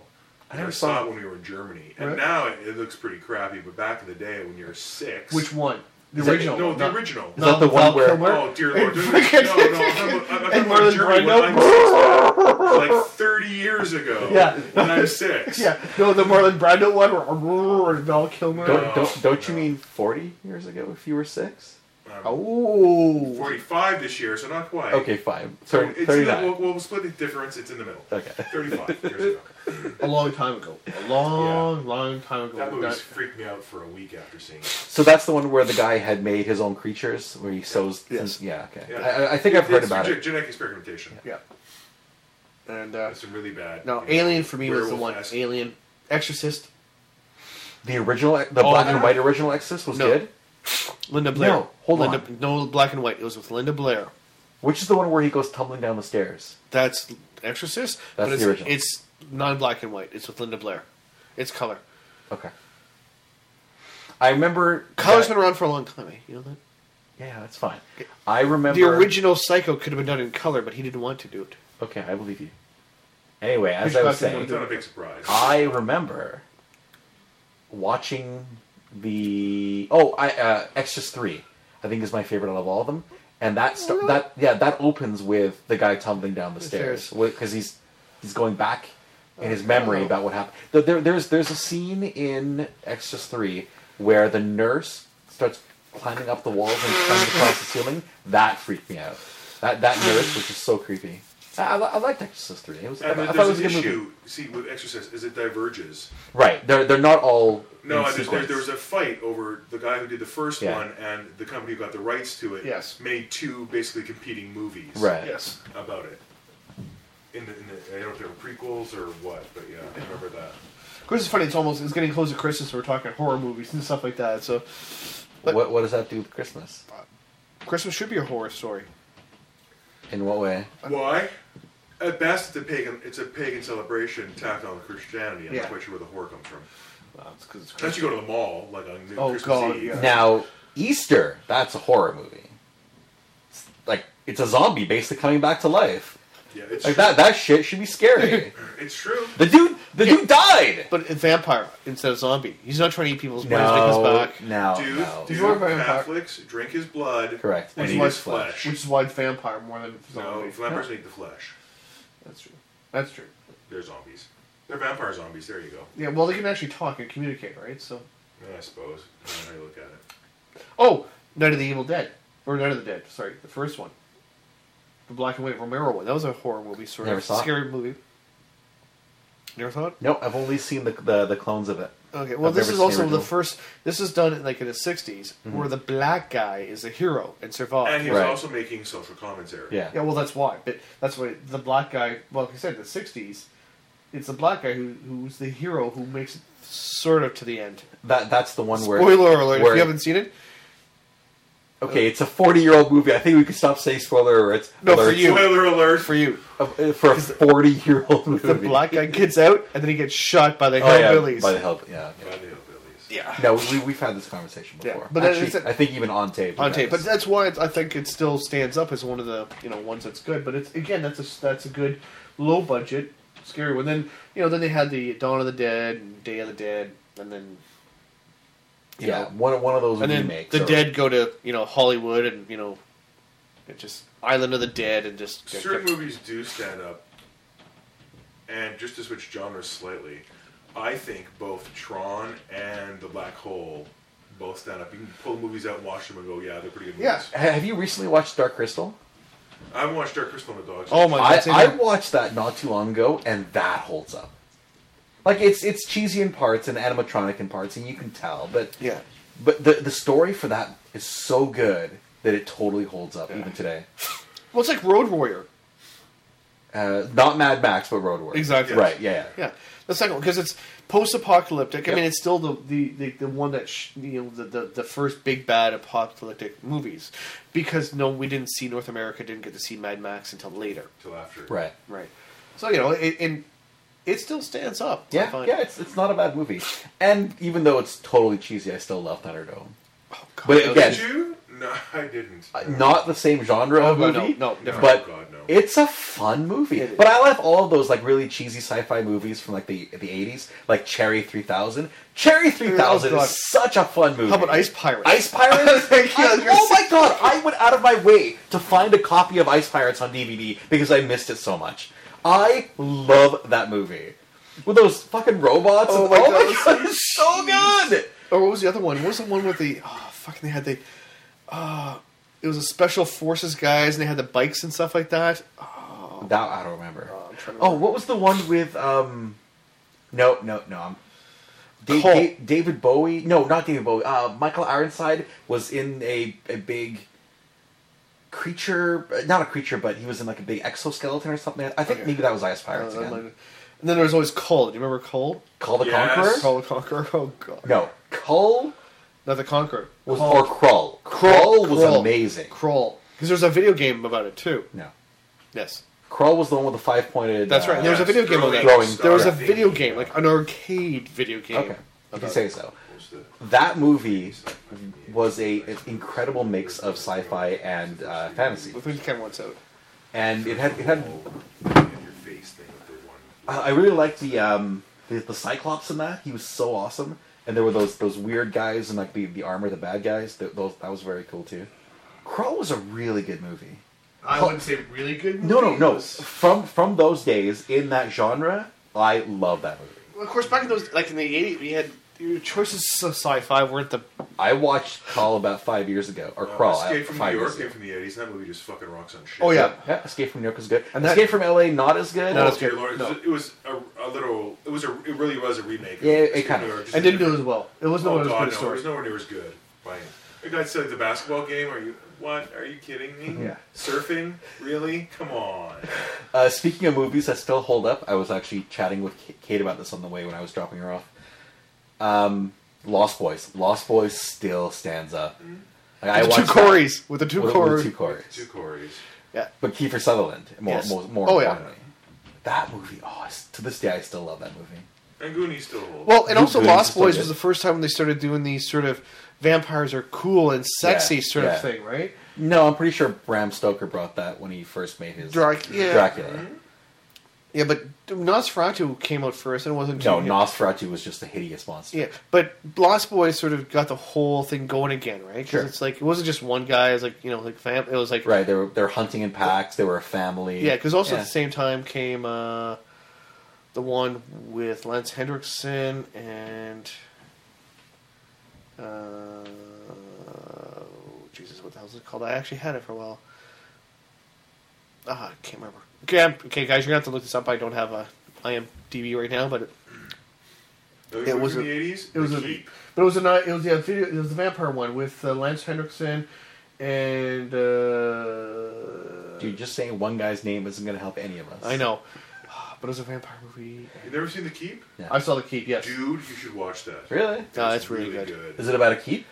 S2: I
S4: And I
S2: never
S4: saw
S2: saw
S4: it
S2: it.
S4: when we were in Germany, and
S3: Right.
S4: now it, it looks pretty crappy. But back in the day, when you were six,
S3: Which one? The
S2: Is that-
S3: original.
S4: no, the
S3: not-
S4: original.
S2: Is that the
S3: Val
S2: one where-
S3: Kilmer?
S4: Oh dear lord! No, no, no,
S3: Fucking-
S4: no, I'm talking about- I'm talking
S3: and
S4: about
S3: Marlon
S4: Germany when I'm six, like thirty years ago.
S3: Yeah.
S4: when I'm six.
S3: Yeah, no, the Marlon Brando one or, or Val Kilmer.
S2: Don't
S4: No,
S2: don't, don't you
S4: no.
S2: mean forty years ago if you were six?
S3: Oh,
S4: Forty-five this year, so not quite.
S2: Okay, fine.
S4: So
S2: Thirty-
S4: it's in the,
S2: 39.
S4: we'll, we'll split the difference. It's in the middle.
S2: Okay.
S4: Thirty-five years ago.
S3: a long time ago, a long, long time ago.
S4: That movie
S3: Not-
S4: freaked me out for a week after seeing it.
S2: So that's the one where the guy had made his own creatures, where he sews.
S3: Yes.
S2: Yeah. Okay.
S4: Yeah.
S2: I, I- I think I've heard
S4: It's
S2: about
S4: gen-
S2: it.
S4: Genetic experimentation.
S3: yeah, and uh,
S4: That's really bad.
S3: no,
S4: you know,
S3: Alien for me was the one.
S4: werewolf-esque.
S3: Alien, Exorcist,
S2: The original, the
S3: Oh,
S2: black
S3: yeah.
S2: and white original Exorcist was
S3: No.
S2: good.
S3: Linda Blair.
S2: No, hold
S3: Linda,
S2: on.
S3: No, black and white. It was with Linda Blair.
S2: Which is the one where he goes tumbling down the stairs?
S3: That's Exorcist.
S2: That's
S3: but
S2: the
S3: it's,
S2: original.
S3: It's not black and white. It's with Linda Blair. It's color.
S2: Okay. I remember.
S3: Color's
S2: that-
S3: been around for a long time. eh? You know that.
S2: Yeah, that's fine. I remember
S3: The original Psycho could have been done in color, but he didn't want to do it.
S2: Okay, I believe you. Anyway, as I
S3: Which
S2: was
S3: button
S2: saying,
S4: It's not a big surprise.
S2: I remember watching the oh, I uh, Exorcist three. I think is my favorite out of all of them, and that sta- that yeah that opens with the guy tumbling down the,
S3: Oh, The
S2: stairs
S3: stairs.
S2: because he's he's going back in his memory
S3: Oh.
S2: about what happened. There, there- there's there's a scene in Exorcist three where the nurse starts climbing up the walls and climbing across the ceiling. That freaked me out. That that nurse, which is so creepy. I, I, li- I liked Exorcist three. It was, I,
S4: And
S2: I
S4: there's
S2: thought it was a
S4: an
S2: good
S4: issue.
S2: movie.
S4: See, with Exorcist, is it diverges?
S2: Right. They're they're not all.
S4: No,
S2: in
S4: I mean, there,
S2: sequence.
S4: there was a fight over the guy who did the first
S2: Yeah.
S4: one and the company who got the rights to it.
S3: Yes.
S4: made two basically competing movies.
S2: right.
S3: Yes.
S4: about it. In the, in the, I don't know if they were prequels or what, but yeah, I remember that.
S3: Of course, it's funny. It's almost it's getting close to Christmas. so We're talking horror movies and stuff like that. So But-
S2: what what does that do with Christmas?
S3: Christmas should be a horror story.
S2: In what way?
S4: Why? At best, it's a pagan. It's a pagan celebration tacked on to Christianity. I'm
S3: Yeah.
S4: not quite sure where the horror comes from.
S3: Well, it's 'cause it's
S4: Unless
S3: Christmas.
S4: you go to the mall, like on New
S3: Oh,
S4: Christmas
S3: God,
S4: Eve.
S3: yeah.
S2: Now Easter, that's a horror movie. It's like it's a zombie basically coming back to life.
S4: Yeah, it's
S2: Like
S4: true.
S2: that that shit should be scary.
S4: It's true.
S2: the dude the dude died.
S3: But a vampire instead of zombie. He's not trying to eat people's brains to make his
S2: No,
S3: back.
S2: no,
S4: Dude,
S2: no.
S4: dude,
S3: He's worried about vampire.
S4: Catholics drink his blood.
S2: Correct.
S4: And
S3: Which
S4: eat
S3: was
S4: his flesh.
S3: Which is why it's vampire more than
S4: no,
S3: zombie.
S4: vampires eat the flesh.
S3: That's true. That's true.
S4: They're zombies. They're vampire zombies. There you go.
S3: Yeah, well, they can actually talk and communicate, right? So,
S4: Yeah, I suppose. I don't know how you look at it.
S3: oh, Night of the Evil Dead or Night of the Dead. Sorry, the first one, the black and white Romero one. That was a horror movie, sort
S2: Never
S3: of
S2: saw it.
S3: scary movie. Never thought.
S2: No, I've only seen the the, the clones of it.
S3: Okay, well,
S2: I've
S3: this
S2: never
S3: is
S2: seen
S3: also
S2: original.
S3: the first. This is done in, like in the '60s, where the black guy is a hero and survives.
S4: And he was
S2: Mm-hmm. Right.
S4: also making social commentary.
S2: Yeah.
S3: Yeah, well, that's why. But that's why the black guy. Well, like I said, the '60s. It's the black guy who who's the hero who makes it sort of to the end.
S2: That that's the one where
S3: Spoiler alert!
S2: where-
S3: If you haven't seen it,
S2: Okay, it's a forty-year-old movie. I think we can stop saying spoiler alerts.
S3: No, for
S2: alerts.
S3: you.
S4: Spoiler alert.
S3: for you,
S2: Uh, for a forty-year-old movie.
S3: the black guy gets out and then he gets shot by the
S2: oh, yeah,
S3: hillbillies.
S2: by the help. Yeah.
S4: By the hillbillies.
S3: yeah.
S2: No, we, we've had this conversation
S3: Yeah,
S2: before.
S3: but that
S2: Actually,
S3: is a-
S2: I think even on tape.
S3: on
S2: we've had
S3: tape. But
S2: this.
S3: that's why it, I think it still stands up as one of the you know ones that's good. But it's again that's a that's a good low budget scary one. Then you know then they had the Dawn of the Dead and Day of the Dead and then you
S2: yeah,
S3: know,
S2: one one of those
S3: and then
S2: remakes.
S3: the
S2: or-
S3: dead go to you know Hollywood and you know it just Island of the Dead and just
S4: Certain movies do stand up. And just to switch genres slightly, I think both Tron and The Black Hole both stand up. You can pull movies out and watch them and go, yeah, they're pretty good movies.
S2: Ha- Have you recently watched Dark Crystal?
S4: I haven't watched Dark Crystal and the Dogs.
S3: oh my
S2: I,
S3: god same
S2: I
S3: here.
S2: watched that not too long ago, and that holds up. Like it's it's cheesy in parts and animatronic in parts, and you can tell. But
S3: yeah
S2: but the the story for that is so good that it totally holds up even today.
S3: well it's like Road Warrior
S2: Uh, not Mad Max, but Road Warrior.
S3: Exactly.
S2: Right. Yeah. yeah.
S3: Yeah, the second one because it's post-apocalyptic. I
S2: Yep.
S3: mean, it's still the the, the, the one that sh- you know the, the the first big bad apocalyptic movies because no, we didn't see North America didn't get to see Mad Max until later,
S4: Till after.
S2: Right.
S3: right? So you know, it, and it still stands up. I
S2: Yeah.
S3: find.
S2: Yeah. It's it's not a bad movie, and even though it's totally cheesy, I still love Thunderdome.
S3: Oh, God,
S2: But
S3: no,
S2: again-
S4: Did you? No, I didn't.
S2: Uh, Not the same genre of
S3: Oh, no,
S2: movie.
S3: no, no, different.
S2: But
S4: Oh, God, no.
S2: it's a fun movie.
S3: It is.
S2: But I love all of those like really cheesy sci-fi movies from like the the eighties, like Cherry Three Thousand. Cherry Three Thousand
S3: Oh, God.
S2: is such a fun movie.
S3: how about Ice Pirates?
S2: Ice Pirates?
S3: Like, yeah,
S2: I-
S3: you're
S2: oh my
S3: saying-
S2: god! I went out of my way to find a copy of Ice Pirates on DVD because I missed it so much. I love that movie with those fucking robots.
S3: Oh
S2: and,
S3: my
S2: oh
S3: God,
S2: my
S3: it's
S2: god! It's so good.
S3: Or Oh, what was the other one? What was the one with the oh fucking they had the uh it was a special forces guys and they had the bikes and stuff like that. Oh,
S2: That I don't remember.
S3: I'm trying to
S2: Oh, what was the one with um? No, no, no. I'm. Da-
S3: Cole.
S2: Da- David Bowie? No, not David Bowie. Uh, Michael Ironside was in a a big creature, not a creature, but he was in like a big exoskeleton or something. I think
S3: Okay.
S2: maybe that was Ice
S3: Oh,
S2: Pirates
S3: that might
S2: again.
S3: have- and then there was always Cole. Do you remember Cole?
S2: Call the
S4: Yes.
S2: Conqueror?
S3: Cole the Conqueror. Oh god.
S2: No, Cull
S3: Not the Conqueror.
S2: was or Krull. Krull, was amazing.
S3: Crawl. Because there's a video game about it too.
S2: No,
S3: Yes.
S2: Krull was the one with the uh, five pointed.
S3: That's right. There was a
S4: yes,
S3: video game on
S4: throwing
S2: Throwing
S3: that. There was a
S4: stuff.
S3: video game, like an arcade video game.
S2: Okay, you can
S3: about
S2: say
S3: it.
S2: so.
S4: What's the-
S2: that movie was a an incredible mix of sci-fi and uh, fantasy,
S3: I think Ken wants out.
S2: and it had it had.
S4: In your face thing with the one.
S2: I I really liked the um the, the Cyclops in that. He was so awesome, and there were those those weird guys and like the, the armor, the bad guys. That those that was very cool too. Crawl was a really good movie.
S5: I wouldn't say really good.
S2: No, no, no.
S5: movies.
S2: From from those days in that genre, I love that movie.
S3: Well, of course, back in those, like in the '80s, we had your choices of sci-fi weren't the
S2: I watched Crawl about five years ago, or
S4: Uh,
S2: Crawl.
S4: Escape from New
S2: five
S4: York
S2: years ago.
S4: came from the 80s. That movie just fucking rocks on shit.
S3: Oh, yeah.
S2: Yeah, Escape from New York is good.
S3: And that-
S2: Escape from LA not as good.
S3: Not
S4: Oh,
S3: as good.
S4: dear Lord,
S3: No.
S4: It was a, a literal. It was a. It really was a remake.
S2: Yeah, it kind
S4: Escape from
S2: of-
S4: New York, just
S3: I
S4: a
S3: didn't do
S4: different-
S3: as well. It was
S4: Oh
S3: nowhere as
S4: god,
S3: good a
S4: no, it
S3: story.
S4: was nowhere near as good. By a guy said like the basketball game. Are you what? Are you kidding me?
S2: Yeah.
S4: Surfing? Really? Come on.
S2: Uh, speaking of movies that still hold up, I was actually chatting with Ka- Kate about this on the way when I was dropping her off. Um, Lost Boys. Lost Boys still stands up. Like,
S3: With the two
S2: watched
S3: Corys with the
S2: that
S3: two
S2: with- with
S3: Corys.
S2: two Corys.
S4: Two Corys.
S3: Yeah.
S2: But Kiefer Sutherland, more,
S3: Yes.
S2: more, more
S3: Oh, yeah.
S2: importantly. That movie, oh, I s- to this day, I still love that movie.
S4: And Goonies still holds.
S3: Well, and
S2: New
S3: also
S2: Goonies is
S3: Lost
S2: still
S3: Boys
S2: good.
S3: was the first time when they started doing these sort of vampires are cool and sexy
S2: Yeah,
S3: sort
S2: yeah.
S3: of thing, right?
S2: No, I'm pretty sure Bram Stoker brought that when he first made his
S3: Drac- yeah.
S2: Dracula.
S3: Yeah, but Nosferatu came out first and it wasn't
S2: No,
S3: too-
S2: Nosferatu was just a hideous monster.
S3: Yeah, but Lost Boys sort of got the whole thing going again, right? 'Cause
S2: Sure.
S3: it's like it wasn't just one guy. It's like you know, like fam. It was like
S2: Right, they were they're hunting in packs. They were a family.
S3: Yeah, because also
S2: Yeah.
S3: at the same time came uh, the one with Lance Hendrickson and uh, Jesus, what the hell is it called? I actually had it for a while. Ah, I can't remember. Okay, I'm- okay, guys, you're gonna have to look this up. I don't have a IMDb right now, but it,
S4: It,
S3: was
S4: was
S3: a-
S4: in the eighties.
S3: it was a-
S4: keep.
S3: but it was a ni- it was the video it was the vampire one with uh, Lance Hendrickson and uh,
S2: Dude, just saying one guy's name isn't going to help any of us.
S3: I know, but it was a vampire movie.
S4: You never seen the keep?
S2: Yeah.
S3: I saw the keep. Yes.
S4: Dude, you should watch that.
S2: Really?
S3: No,
S4: It's
S3: it's really good.
S2: Is it about a keep?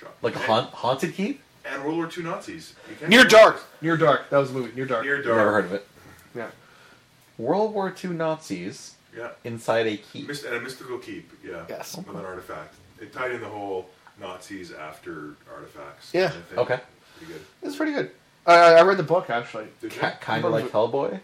S4: Shock.
S2: Like a
S4: And-
S2: haunt, haunted keep?
S4: And World War II Nazis. You can't-
S3: Near Dark. Near Dark. That was the movie. Near Dark.
S4: Near Dark.
S2: Never heard of it.
S3: Yeah.
S2: World War II Nazis
S4: Yeah.
S2: inside a keep.
S4: Myst- and a mystical keep. Yeah.
S3: Yes.
S4: With an artifact. It tied in the whole Nazis after artifacts.
S3: Yeah.
S4: kind of thing.
S2: Okay.
S4: Pretty good.
S3: It's pretty good. I, I I read the book actually.
S4: Did you?
S2: Kind of like Hellboy.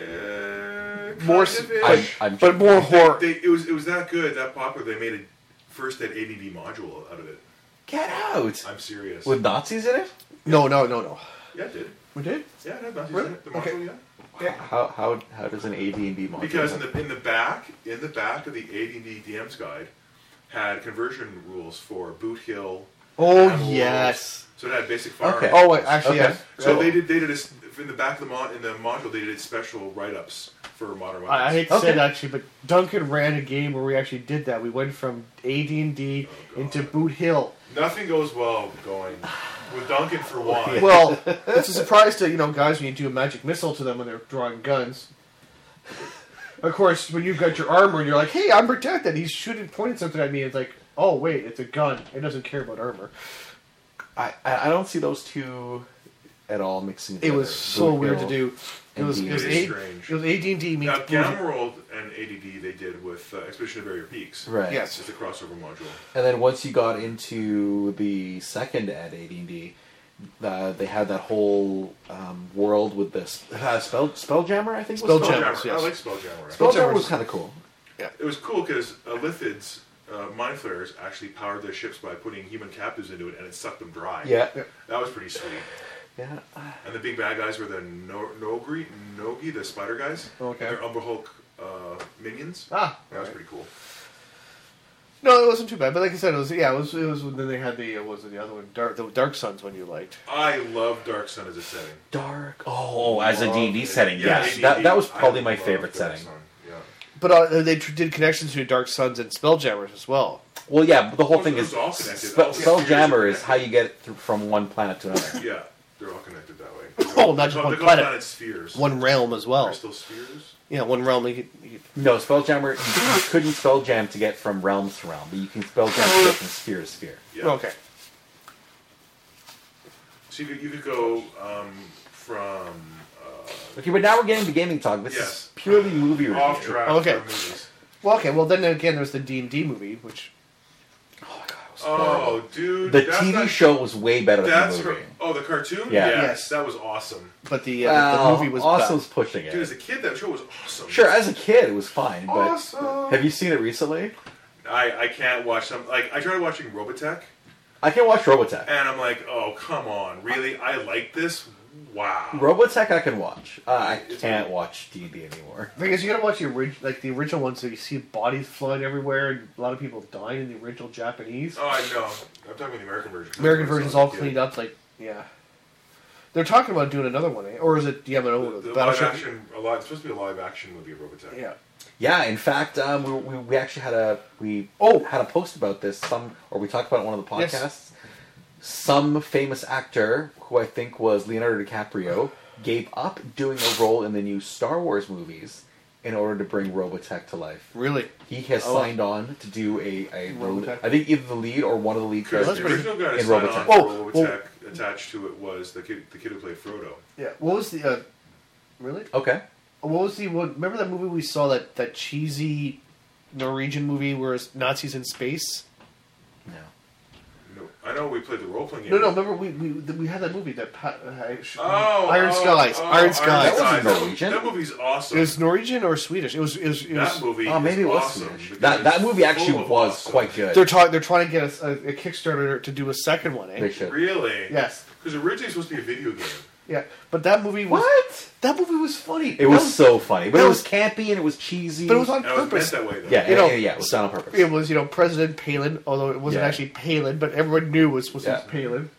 S4: Uh,
S3: More
S4: kind of
S2: I'm,
S4: ish.
S2: I'm
S3: But more horror.
S4: They, it was it was that good, that popular. They made it first an ADD module out of it.
S2: Get out!
S4: I'm serious.
S2: With Nazis in it?
S3: No, no, no, no.
S4: yeah, it did.
S3: We did?
S4: Yeah, it had Nazis
S3: Really?
S4: in it. The module,
S3: Okay.
S4: yeah.
S2: How, how, how does an AD and B module?
S4: Because in the in the back in the back of the ADD DM's guide had conversion rules for boot hill.
S3: Oh,
S4: animals.
S3: yes.
S4: So it had basic fire.
S2: Okay.
S3: Oh, wait, actually,
S2: Okay.
S3: yes.
S4: So they did. They did a s in the back of the mod in the module. They did special write ups for modern weapons.
S3: I, I hate to
S2: Okay.
S3: say it actually, but Duncan ran a game where we actually did that. We went from AD&D
S4: Oh, God.
S3: into Boot Hill.
S4: Nothing goes well going with Duncan for one.
S3: Well, it's a surprise to you know guys when you do a magic missile to them when they're drawing guns. Of course, when you've got your armor and you're like, "Hey, I'm protected," he's shooting, pointing something at me. It's like, "Oh wait, it's a gun. It doesn't care about armor."
S2: I, I I don't see those two at all mixing.
S3: It
S2: Together.
S3: was so
S2: Boot
S3: weird to
S2: Hill.
S3: do. It was it was,
S4: It is
S3: a,
S4: strange.
S3: it was AD&D meets
S4: Now,
S3: Blue-
S4: Gamworld and ADD they did with uh, Expedition to Barrier Peaks.
S2: Right.
S3: Yes.
S4: It's just a crossover module.
S2: And then once you got into the second at AD&D, uh, they had that whole um, world with this uh, spell spelljammer. I think was
S3: Spelljammer.
S2: called?
S3: Gems, yes.
S4: I like Spelljammer.
S2: Spelljammer
S3: Spelljammer's-
S2: was kind of cool.
S4: it was cool because Lithids, uh, mind flayers, actually powered their ships by putting human captives into it, and it sucked them dry.
S2: Yeah.
S4: That was pretty sweet.
S2: Yeah.
S4: And the big bad guys were the no- Nogri, Nogi, the spider guys.
S3: Okay.
S4: They're Umber Hulk uh, minions.
S3: Ah,
S4: That was
S3: alright.
S4: pretty cool.
S3: No, it wasn't too bad. But like I said, it was yeah, it was it was. Then they had the uh, what was it the other one Dark the Dark Suns one you liked.
S4: I love Dark Sun as a setting.
S2: Dark.
S6: Oh, as a D&D setting,
S4: Yeah,
S6: yes.
S4: ADD,
S2: that- that was
S4: I
S2: probably my
S4: love
S2: favorite
S4: Dark
S2: setting.
S4: Sun, Yeah.
S3: But uh, they tr- did connections to Dark Suns and Spelljammers as well.
S2: Well, yeah. But the whole
S4: Oh,
S2: thing
S4: those
S2: is
S4: are all connected.
S2: spell,
S4: All the
S2: spelljammer
S4: spheres
S2: is
S4: are
S2: how you get it through, from one planet to another.
S4: Yeah, they're all connected that way.
S3: Oh, not just
S4: They're
S3: one
S4: called
S3: planet.
S4: planet spheres.
S3: One realm as well.
S4: Crystal spheres.
S3: Yeah, one realm. You could, you could
S2: no, spelljammer. You, you couldn't spelljam to get from realm to realm, but you can spelljam to get from sphere to sphere.
S4: Yeah.
S3: Okay.
S4: So you could, you could go um, from
S2: Okay, but now we're getting to gaming talk. This
S4: Yes.
S2: is purely movie review.
S4: off track
S3: Okay.
S4: for movies.
S3: Well, okay. Well, then again, there's the D and D movie, which
S2: Oh, my God, it was horrible.
S4: Oh, dude.
S2: The
S4: that's
S2: TV
S4: not-
S2: show was way better than the
S4: That's
S2: movie.
S4: her, oh the cartoon.
S2: Yeah.
S4: Yes,
S3: Yes.
S4: that was awesome.
S3: but the uh,
S2: Well,
S3: the movie was
S2: awesome's
S3: bad.
S2: pushing it.
S4: Dude, as a kid, that show was awesome.
S2: sure, as a kid, it was fine. But
S4: Awesome.
S2: have you seen it recently?
S4: I, I can't watch some. Like I tried watching Robotech,
S2: I can watch Robotech.
S4: and I'm like, oh come on, really? I like this. Wow.
S2: Robotech, I can watch. Uh, I can't watch D and D anymore.
S3: The thing is, you gotta watch the orig- like the original one, so you see bodies flying everywhere and a lot of people dying in the original Japanese.
S4: oh, I know. I'm talking about the American version.
S3: American version's all cleaned up. Like, yeah, they're talking about doing another one, eh? or is it? Yeah, but
S4: The,
S3: oh,
S4: the live
S3: Battleship.
S4: action, a lot. It's supposed to be a live action movie of Robotech.
S3: Yeah.
S2: Yeah, in fact, um, we, we, we actually had a we
S3: Oh.
S2: had a post about this some or we talked about it on one of the podcasts.
S3: Yes.
S2: Some famous actor who I think was Leonardo DiCaprio gave up doing a role in the new Star Wars movies in order to bring Robotech to life.
S3: Really?
S2: He has
S3: Oh.
S2: signed on to do a, a
S3: Robotech?
S2: I think either the lead or one of the lead
S4: Because
S3: that's
S2: characters
S4: the
S3: pretty-
S4: original guy to
S2: in
S4: sign
S2: Robotech.
S4: on to
S3: Oh,
S4: Robotech attached to it was the kid, the kid who played Frodo.
S3: Yeah. What was the? Uh, really? Uh,
S2: Okay.
S3: What was the? What, remember that movie we saw that that cheesy Norwegian movie where it's Nazis in space?
S2: No.
S4: No, I I know we played the role playing game.
S3: No, no. Remember, we we, we had that movie that pa- uh, I- sh-
S4: Oh,
S3: Iron
S4: oh,
S3: Skies.
S4: oh,
S3: Iron Skies.
S2: That wasn't
S4: That-
S2: Norwegian.
S4: That movie's awesome.
S3: It was Norwegian or Swedish. It was. It was. It was
S4: that movie.
S2: Oh, maybe
S4: is
S2: it was
S4: awesome
S2: Swedish.
S4: because
S2: That that
S4: it's
S2: movie actually
S4: full of
S2: was
S4: awesome.
S2: quite good.
S3: They're trying. They're trying to get us a, a Kickstarter to do a second one. Eh?
S2: They should.
S4: Really?
S3: Yes.
S4: Because originally it was supposed to be a video game.
S3: Yeah. But that movie was.
S2: What?
S3: That movie was funny.
S2: It
S3: That
S2: was so funny, but
S3: that
S2: it was
S3: was-
S2: campy and it was cheesy.
S3: But it was on
S4: And it was meant
S3: purpose.
S4: that way though.
S2: Yeah,
S3: You
S2: yeah,
S3: know,
S2: yeah, yeah, It was done on purpose.
S3: It was you know President Palin, although it wasn't
S2: Yeah.
S3: actually Palin, but everyone knew it was was
S2: Yeah.
S3: Palin.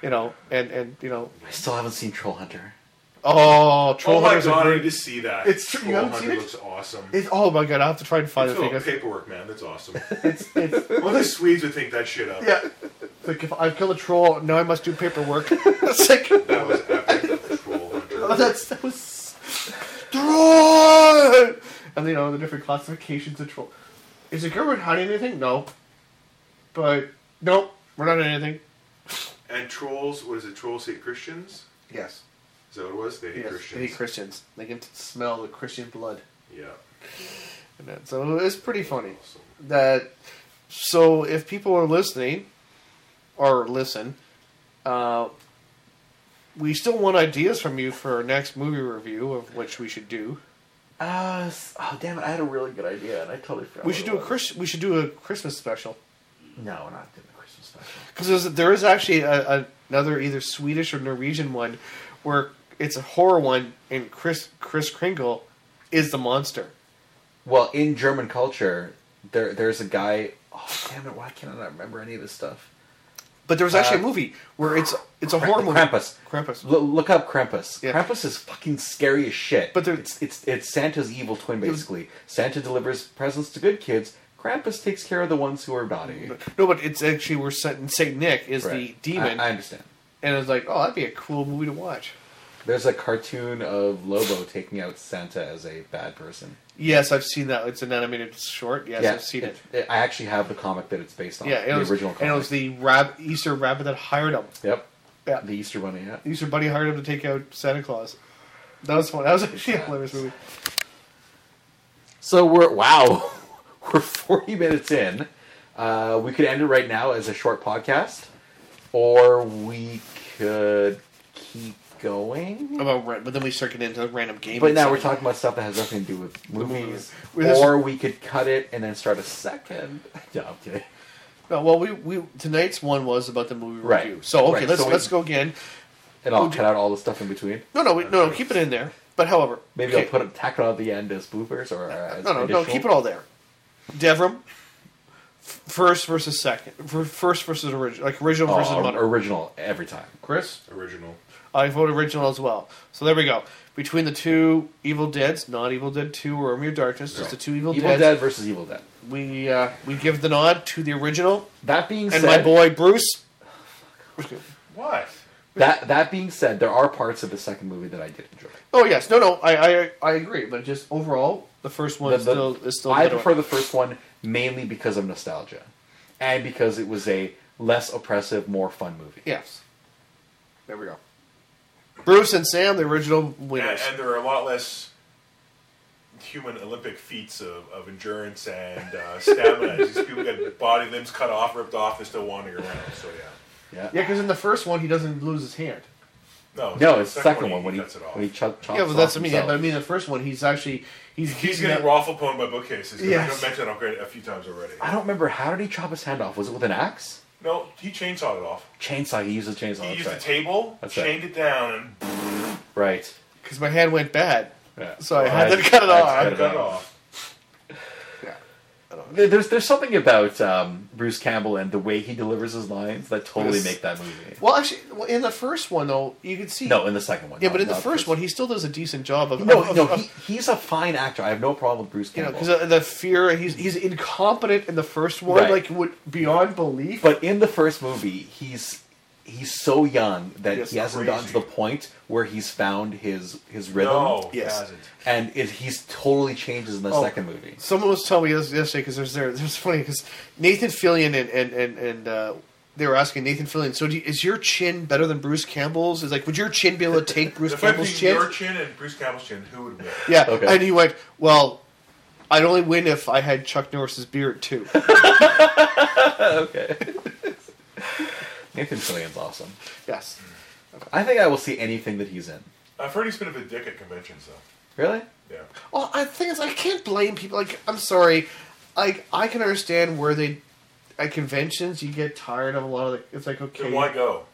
S3: You know, and and you know,
S2: I still haven't seen Troll Hunter.
S3: oh,
S4: Oh
S3: Troll
S4: my
S3: Hunter's a
S4: god, I
S3: great-
S4: need to see that.
S3: It's true, you
S4: Troll
S3: haven't seen
S4: Hunter
S3: it?
S4: looks awesome.
S3: It's, oh my god, I have to try and find
S4: It's
S3: the
S4: full
S3: thing.
S4: of
S3: It's,
S4: paperwork, man. That's awesome.
S3: it's, it's
S4: Only Swedes would think that shit up.
S3: yeah. It's like if I've killed a troll, now I must do paperwork. it's like
S4: That was epic. Troll Hunter.
S3: oh, that's that was troll, and you know the different classifications of troll. Is the government hiding anything? No. But nope, we're not hiding anything.
S4: And trolls, what is it? Trolls hate Christians?
S3: Yes.
S4: Is that what it was? They hate
S3: Yes,
S4: Christians.
S3: they hate Christians. They can smell the Christian blood.
S4: yeah.
S3: And that, so it's pretty funny.
S4: Awesome.
S3: That so if people are listening or listen, uh, we still want ideas from you for our next movie review of which we should do.
S2: Uh, s- oh damn it! I had a really good idea and I totally forgot.
S3: We
S2: what
S3: should
S2: it
S3: do a
S2: was.
S3: Chris. We should do a Christmas special
S2: No, we're not doing a Christmas special.
S3: because there is actually a, a, another either Swedish or Norwegian one where it's a horror one and Chris Chris Kringle is the monster.
S2: Well, in German culture, there there's a guy. Oh damn it! Why can't I not remember any of his stuff?
S3: But there was actually
S2: Uh,
S3: a movie where it's it's a
S2: Kra-
S3: horror movie.
S2: Krampus.
S3: Krampus.
S2: L- look up Krampus.
S3: Yeah.
S2: Krampus is fucking scary as shit.
S3: But there-
S2: it's, it's it's Santa's evil twin basically. Santa delivers presents to good kids. Krampus takes care of the ones who are naughty.
S3: No, but it's actually where Saint, Saint Nick is the
S2: Right.
S3: demon,
S2: I, I understand.
S3: and it's like, oh, that'd be a cool movie to watch.
S2: There's a cartoon of Lobo taking out Santa as a bad person.
S3: Yes, I've seen that. It's an animated short. Yes,
S2: Yeah,
S3: I've seen it.
S2: I actually have the comic that it's based on.
S3: Yeah, it
S2: the
S3: was,
S2: original comic.
S3: and it was the rab- Easter rabbit that hired him.
S2: yep,
S3: Yeah,
S2: the Easter Bunny. Yeah.
S3: Easter Bunny hired him to take out Santa Claus. That was fun. That was actually a hilarious movie.
S2: So we're wow, we're forty minutes in. Uh, we could end it right now as a short podcast, or we could keep going.
S3: About ra- but then we start getting into random games.
S2: But now we're talking about stuff that has nothing to do with movies,
S3: Well, this-
S2: or we could cut it and then start a second. No, I'm kidding.
S3: No, well, we, we tonight's one was about the movie
S2: Right.
S3: review. So okay,
S2: Right,
S3: let's
S2: so we-
S3: let's go again.
S2: And I'll
S3: Would you-
S2: cut out all the stuff in between.
S3: No, no, we, no, no, keep it in there. But however,
S2: Maybe
S3: okay.
S2: I'll put it tack it on at the end as bloopers or uh, as
S3: No, no, no.
S2: additional.
S3: Keep it all there. Devram, f- first versus second, f- first versus original, like original versus
S2: Oh,
S3: modern.
S2: original every time.
S3: Chris,
S4: Original.
S3: I vote original as well. So there we go. Between the two Evil Dead's, not Evil Dead Two or Army of Darkness, just the two Evil,
S2: Evil
S3: Deads,
S2: Dead versus Evil Dead.
S3: we uh, we give the nod to the original
S2: That being
S3: and
S2: said,
S3: my boy Bruce.
S4: What?
S2: That that being said, there are parts of the second movie that I did enjoy.
S3: Oh yes, no, no, I I, I agree, but just overall, the first one
S2: The-
S3: is
S2: the-
S3: Oh, still is still.
S2: I
S3: better.
S2: prefer the first one mainly because of nostalgia, and because it was a less oppressive, more fun movie.
S3: Yes. There we go. Bruce and Sam, the original
S4: And,
S3: winners.
S4: and there are a lot less human Olympic feats of, of endurance and uh, stamina. These people get body limbs cut off, ripped off, and still wandering around. So yeah.
S2: Yeah.
S3: Yeah, because in the first one he doesn't lose his hand.
S4: No.
S2: No, it's the second one when he
S4: cuts it off.
S2: when he cho- chops
S3: yeah, but that's
S2: off
S3: what I mean. Yeah,
S2: Oh, himself.
S3: but I mean uh, the first one he's actually he's
S4: He's
S3: getting
S4: getting raffled pwned by bookcases. Yeah.
S3: Yes.
S4: I've mentioned it a few times already.
S2: I don't remember how did he chop his hand off? Was it with an axe?
S4: No, he chainsawed it off.
S2: Chainsaw. He used a chainsaw.
S4: He
S2: Oh, that's
S4: used
S2: right.
S4: the table,
S2: That's right.
S4: chained it down, and
S2: right.
S3: because my hand went bad,
S2: Yeah.
S3: so I
S2: Well,
S3: had
S2: I-
S3: to cut it
S2: I-
S3: off.
S2: I-
S4: cut it off.
S2: There- There's there's something about um, Bruce Campbell and the way he delivers his lines that totally
S3: Yes.
S2: make that movie.
S3: Well, actually, well, in the first one though, you can see.
S2: No, in the second one.
S3: yeah,
S2: not-
S3: but in the
S2: not
S3: first one he still does a decent job of.
S2: No,
S3: of-
S2: no,
S3: of-
S2: he, he's a fine actor. I have no problem with Bruce
S3: you know,
S2: Campbell.
S3: because the fear he's he's incompetent in the first one,
S2: Right.
S3: like would beyond belief.
S2: but in the first movie, he's he's so young that
S3: Yes,
S2: he hasn't gotten to
S4: crazy.
S2: the point where he's found his his rhythm,
S4: No, he
S3: Yes.
S4: hasn't.
S2: and it, he's totally changes in the
S3: Oh.
S2: second movie.
S3: Someone was telling me this yesterday because there's there. There's funny because Nathan Fillion and and and, and uh, they were asking Nathan Fillion. So do you- is your chin better than Bruce Campbell's? Is like would your chin be able to take Bruce
S4: The fight
S3: Campbell's
S4: between
S3: chin?
S4: your chin and Bruce Campbell's chin, who would win?
S3: Yeah.
S2: Okay.
S3: And he went, well, I'd only win if I had Chuck Norris's beard too.
S2: Okay. Nathan Fillion's awesome.
S3: Yes.
S2: I think I will see anything that he's in.
S4: I've heard he's been a bit dick at conventions though.
S2: Really?
S4: Yeah.
S3: Well, I thing is, I can't blame people. Like, I'm sorry. Like, I can understand where they at conventions you get tired of a lot of. The, it's like okay,
S4: Then why go?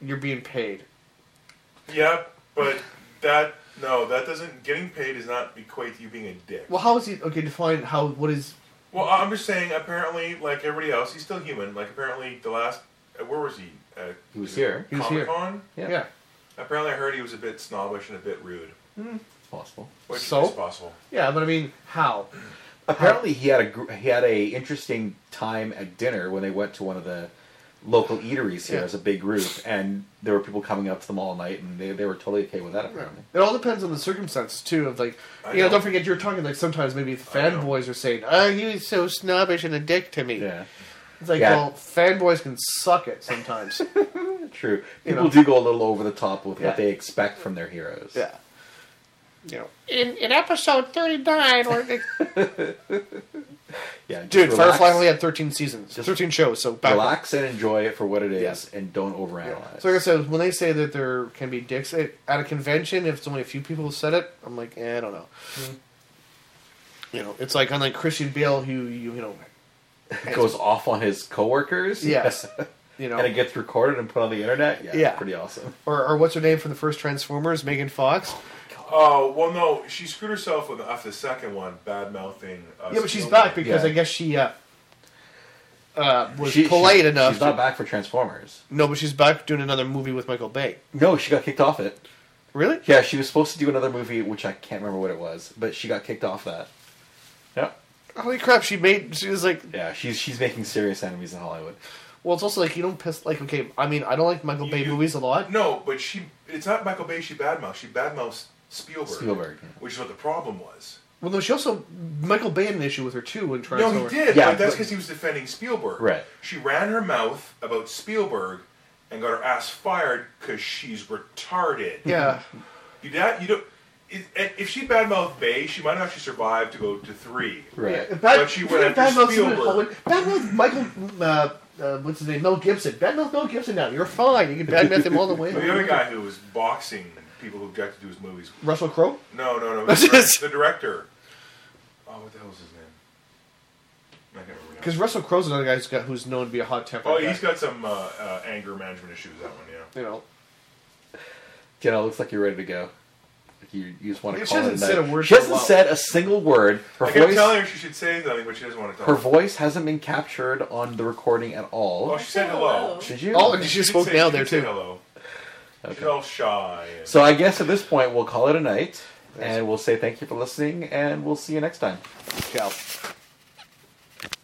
S3: you're being paid.
S4: Yeah, but that no, that doesn't getting paid does not equate to you being a dick.
S3: Well, how is he? Okay, define how. What is?
S4: Well, I'm just saying. Apparently, like everybody else, he's still human. Like apparently, the last uh, where was he? Uh,
S2: He was here.
S3: He was here.
S4: Comic Con.
S2: Yeah.
S3: yeah.
S4: Apparently, I heard he was a bit snobbish and a bit rude,
S2: It's possible.
S4: which
S3: So?
S4: is possible.
S3: Yeah, but I mean, how?
S2: Apparently, he had a gr- he had a interesting time at dinner when they went to one of the local eateries here
S3: Yeah.
S2: as a big group, and there were people coming up to them all night, and they, they were totally okay with that. Apparently,
S3: It all depends on the circumstances too. Of like,
S4: I
S3: you know,
S4: know.
S3: don't forget you're talking like sometimes maybe fanboys are saying, "Oh, he was so snobbish and a dick to me."
S2: yeah,
S3: It's like,
S2: Yeah.
S3: well, fanboys can suck it sometimes.
S2: true.
S3: You
S2: People
S3: know.
S2: do go a little over the top with
S3: Yeah.
S2: what they expect from their heroes.
S3: yeah. You know,
S7: in, in episode 39 where they
S2: yeah. just
S3: dude,
S2: relax-
S3: Firefly only had 13 seasons, 13 shows, so back
S2: Relax and enjoy it for what it is,
S3: Yes.
S2: and don't
S3: Yeah.
S2: overanalyze.
S3: So like I said, when they say that there can be dicks at, at a convention, if it's only a few people who said it, I'm like, eh, I don't know.
S2: Hmm.
S3: You know, it's like unlike Christian Bale, who you you know,
S2: goes off on his coworkers.
S3: yes, you know,
S2: and it gets recorded and put on the internet. Yeah,
S3: Yeah.
S2: pretty awesome.
S3: or, or what's her name from the first Transformers, Megan Fox.
S4: Oh well, no, she screwed herself with after the second one, bad mouthing. Uh,
S3: Yeah, but she's
S4: Spielberg.
S3: back because
S2: Oh, Yeah.
S3: I guess she uh, uh, was polite enough.
S2: She's not
S3: to-
S2: back for Transformers.
S3: No, but she's back doing another movie with Michael Bay.
S2: No, she got kicked off it.
S3: Really?
S2: Yeah, she was supposed to do another movie, which I can't remember what it was, but she got kicked off that. Yeah,
S3: Holy crap! She made. She was like,
S2: yeah, she's she's making serious enemies in Hollywood.
S3: well, it's also like you don't piss. Like, okay, I mean, I don't like Michael
S4: You-
S3: Bay
S4: you-
S3: movies a lot.
S4: No, but she. It's not Michael Bay. She badmouths. She badmouths Spielberg.
S2: Spielberg, yeah.
S4: Which is what the problem was.
S3: Well, no, she also Michael Bay had an issue with her too when trying.
S4: No, he did.
S2: Yeah,
S4: but that's
S2: but-
S4: because he was defending Spielberg.
S2: Right.
S4: She ran her mouth about Spielberg and got her ass fired because she's retarded.
S3: Yeah,
S4: You that you don't. If, if she badmouthed Bay, she might have actually survived to go to three.
S2: Right.
S3: Bad,
S4: But she went after
S3: Badmouth
S4: Spielberg.
S3: Hollywood. Badmouth Michael. Uh, uh, what's his name? Mel Gibson. Badmouth Mel Gibson. Now you're fine. You can badmouth him all the way.
S4: The other guy who was boxing people who objected to his movies.
S3: Russell Crowe.
S4: No, no, no. The, direct, the director. Oh, what the hell was his name? I can't remember. now.
S3: Because Russell Crowe's another guy who's, got, who's known to be a hot temper.
S4: Oh, he's got some uh, uh, anger management issues. That one, yeah.
S3: You know.
S2: Jenna looks like you're ready to go. Like you, you just want to
S3: Yeah, she
S2: call it a
S3: hasn't said
S2: night.
S3: a word
S2: She
S3: for a
S2: hasn't
S3: while.
S2: said a single word. Her
S4: I kept
S2: voice,
S4: telling her she should say something, but she doesn't want to talk.
S2: her voice hasn't been captured on the recording at all.
S4: Oh, she said hello.
S2: Did you?
S3: Oh, and she
S4: did
S3: spoke
S4: say-
S3: now
S4: she
S3: there
S4: did say
S3: too.
S4: Hello. She's all shy. and-
S2: So I guess at this point we'll call it a night, and we'll say thank you for listening, and we'll see you next time.
S3: Ciao.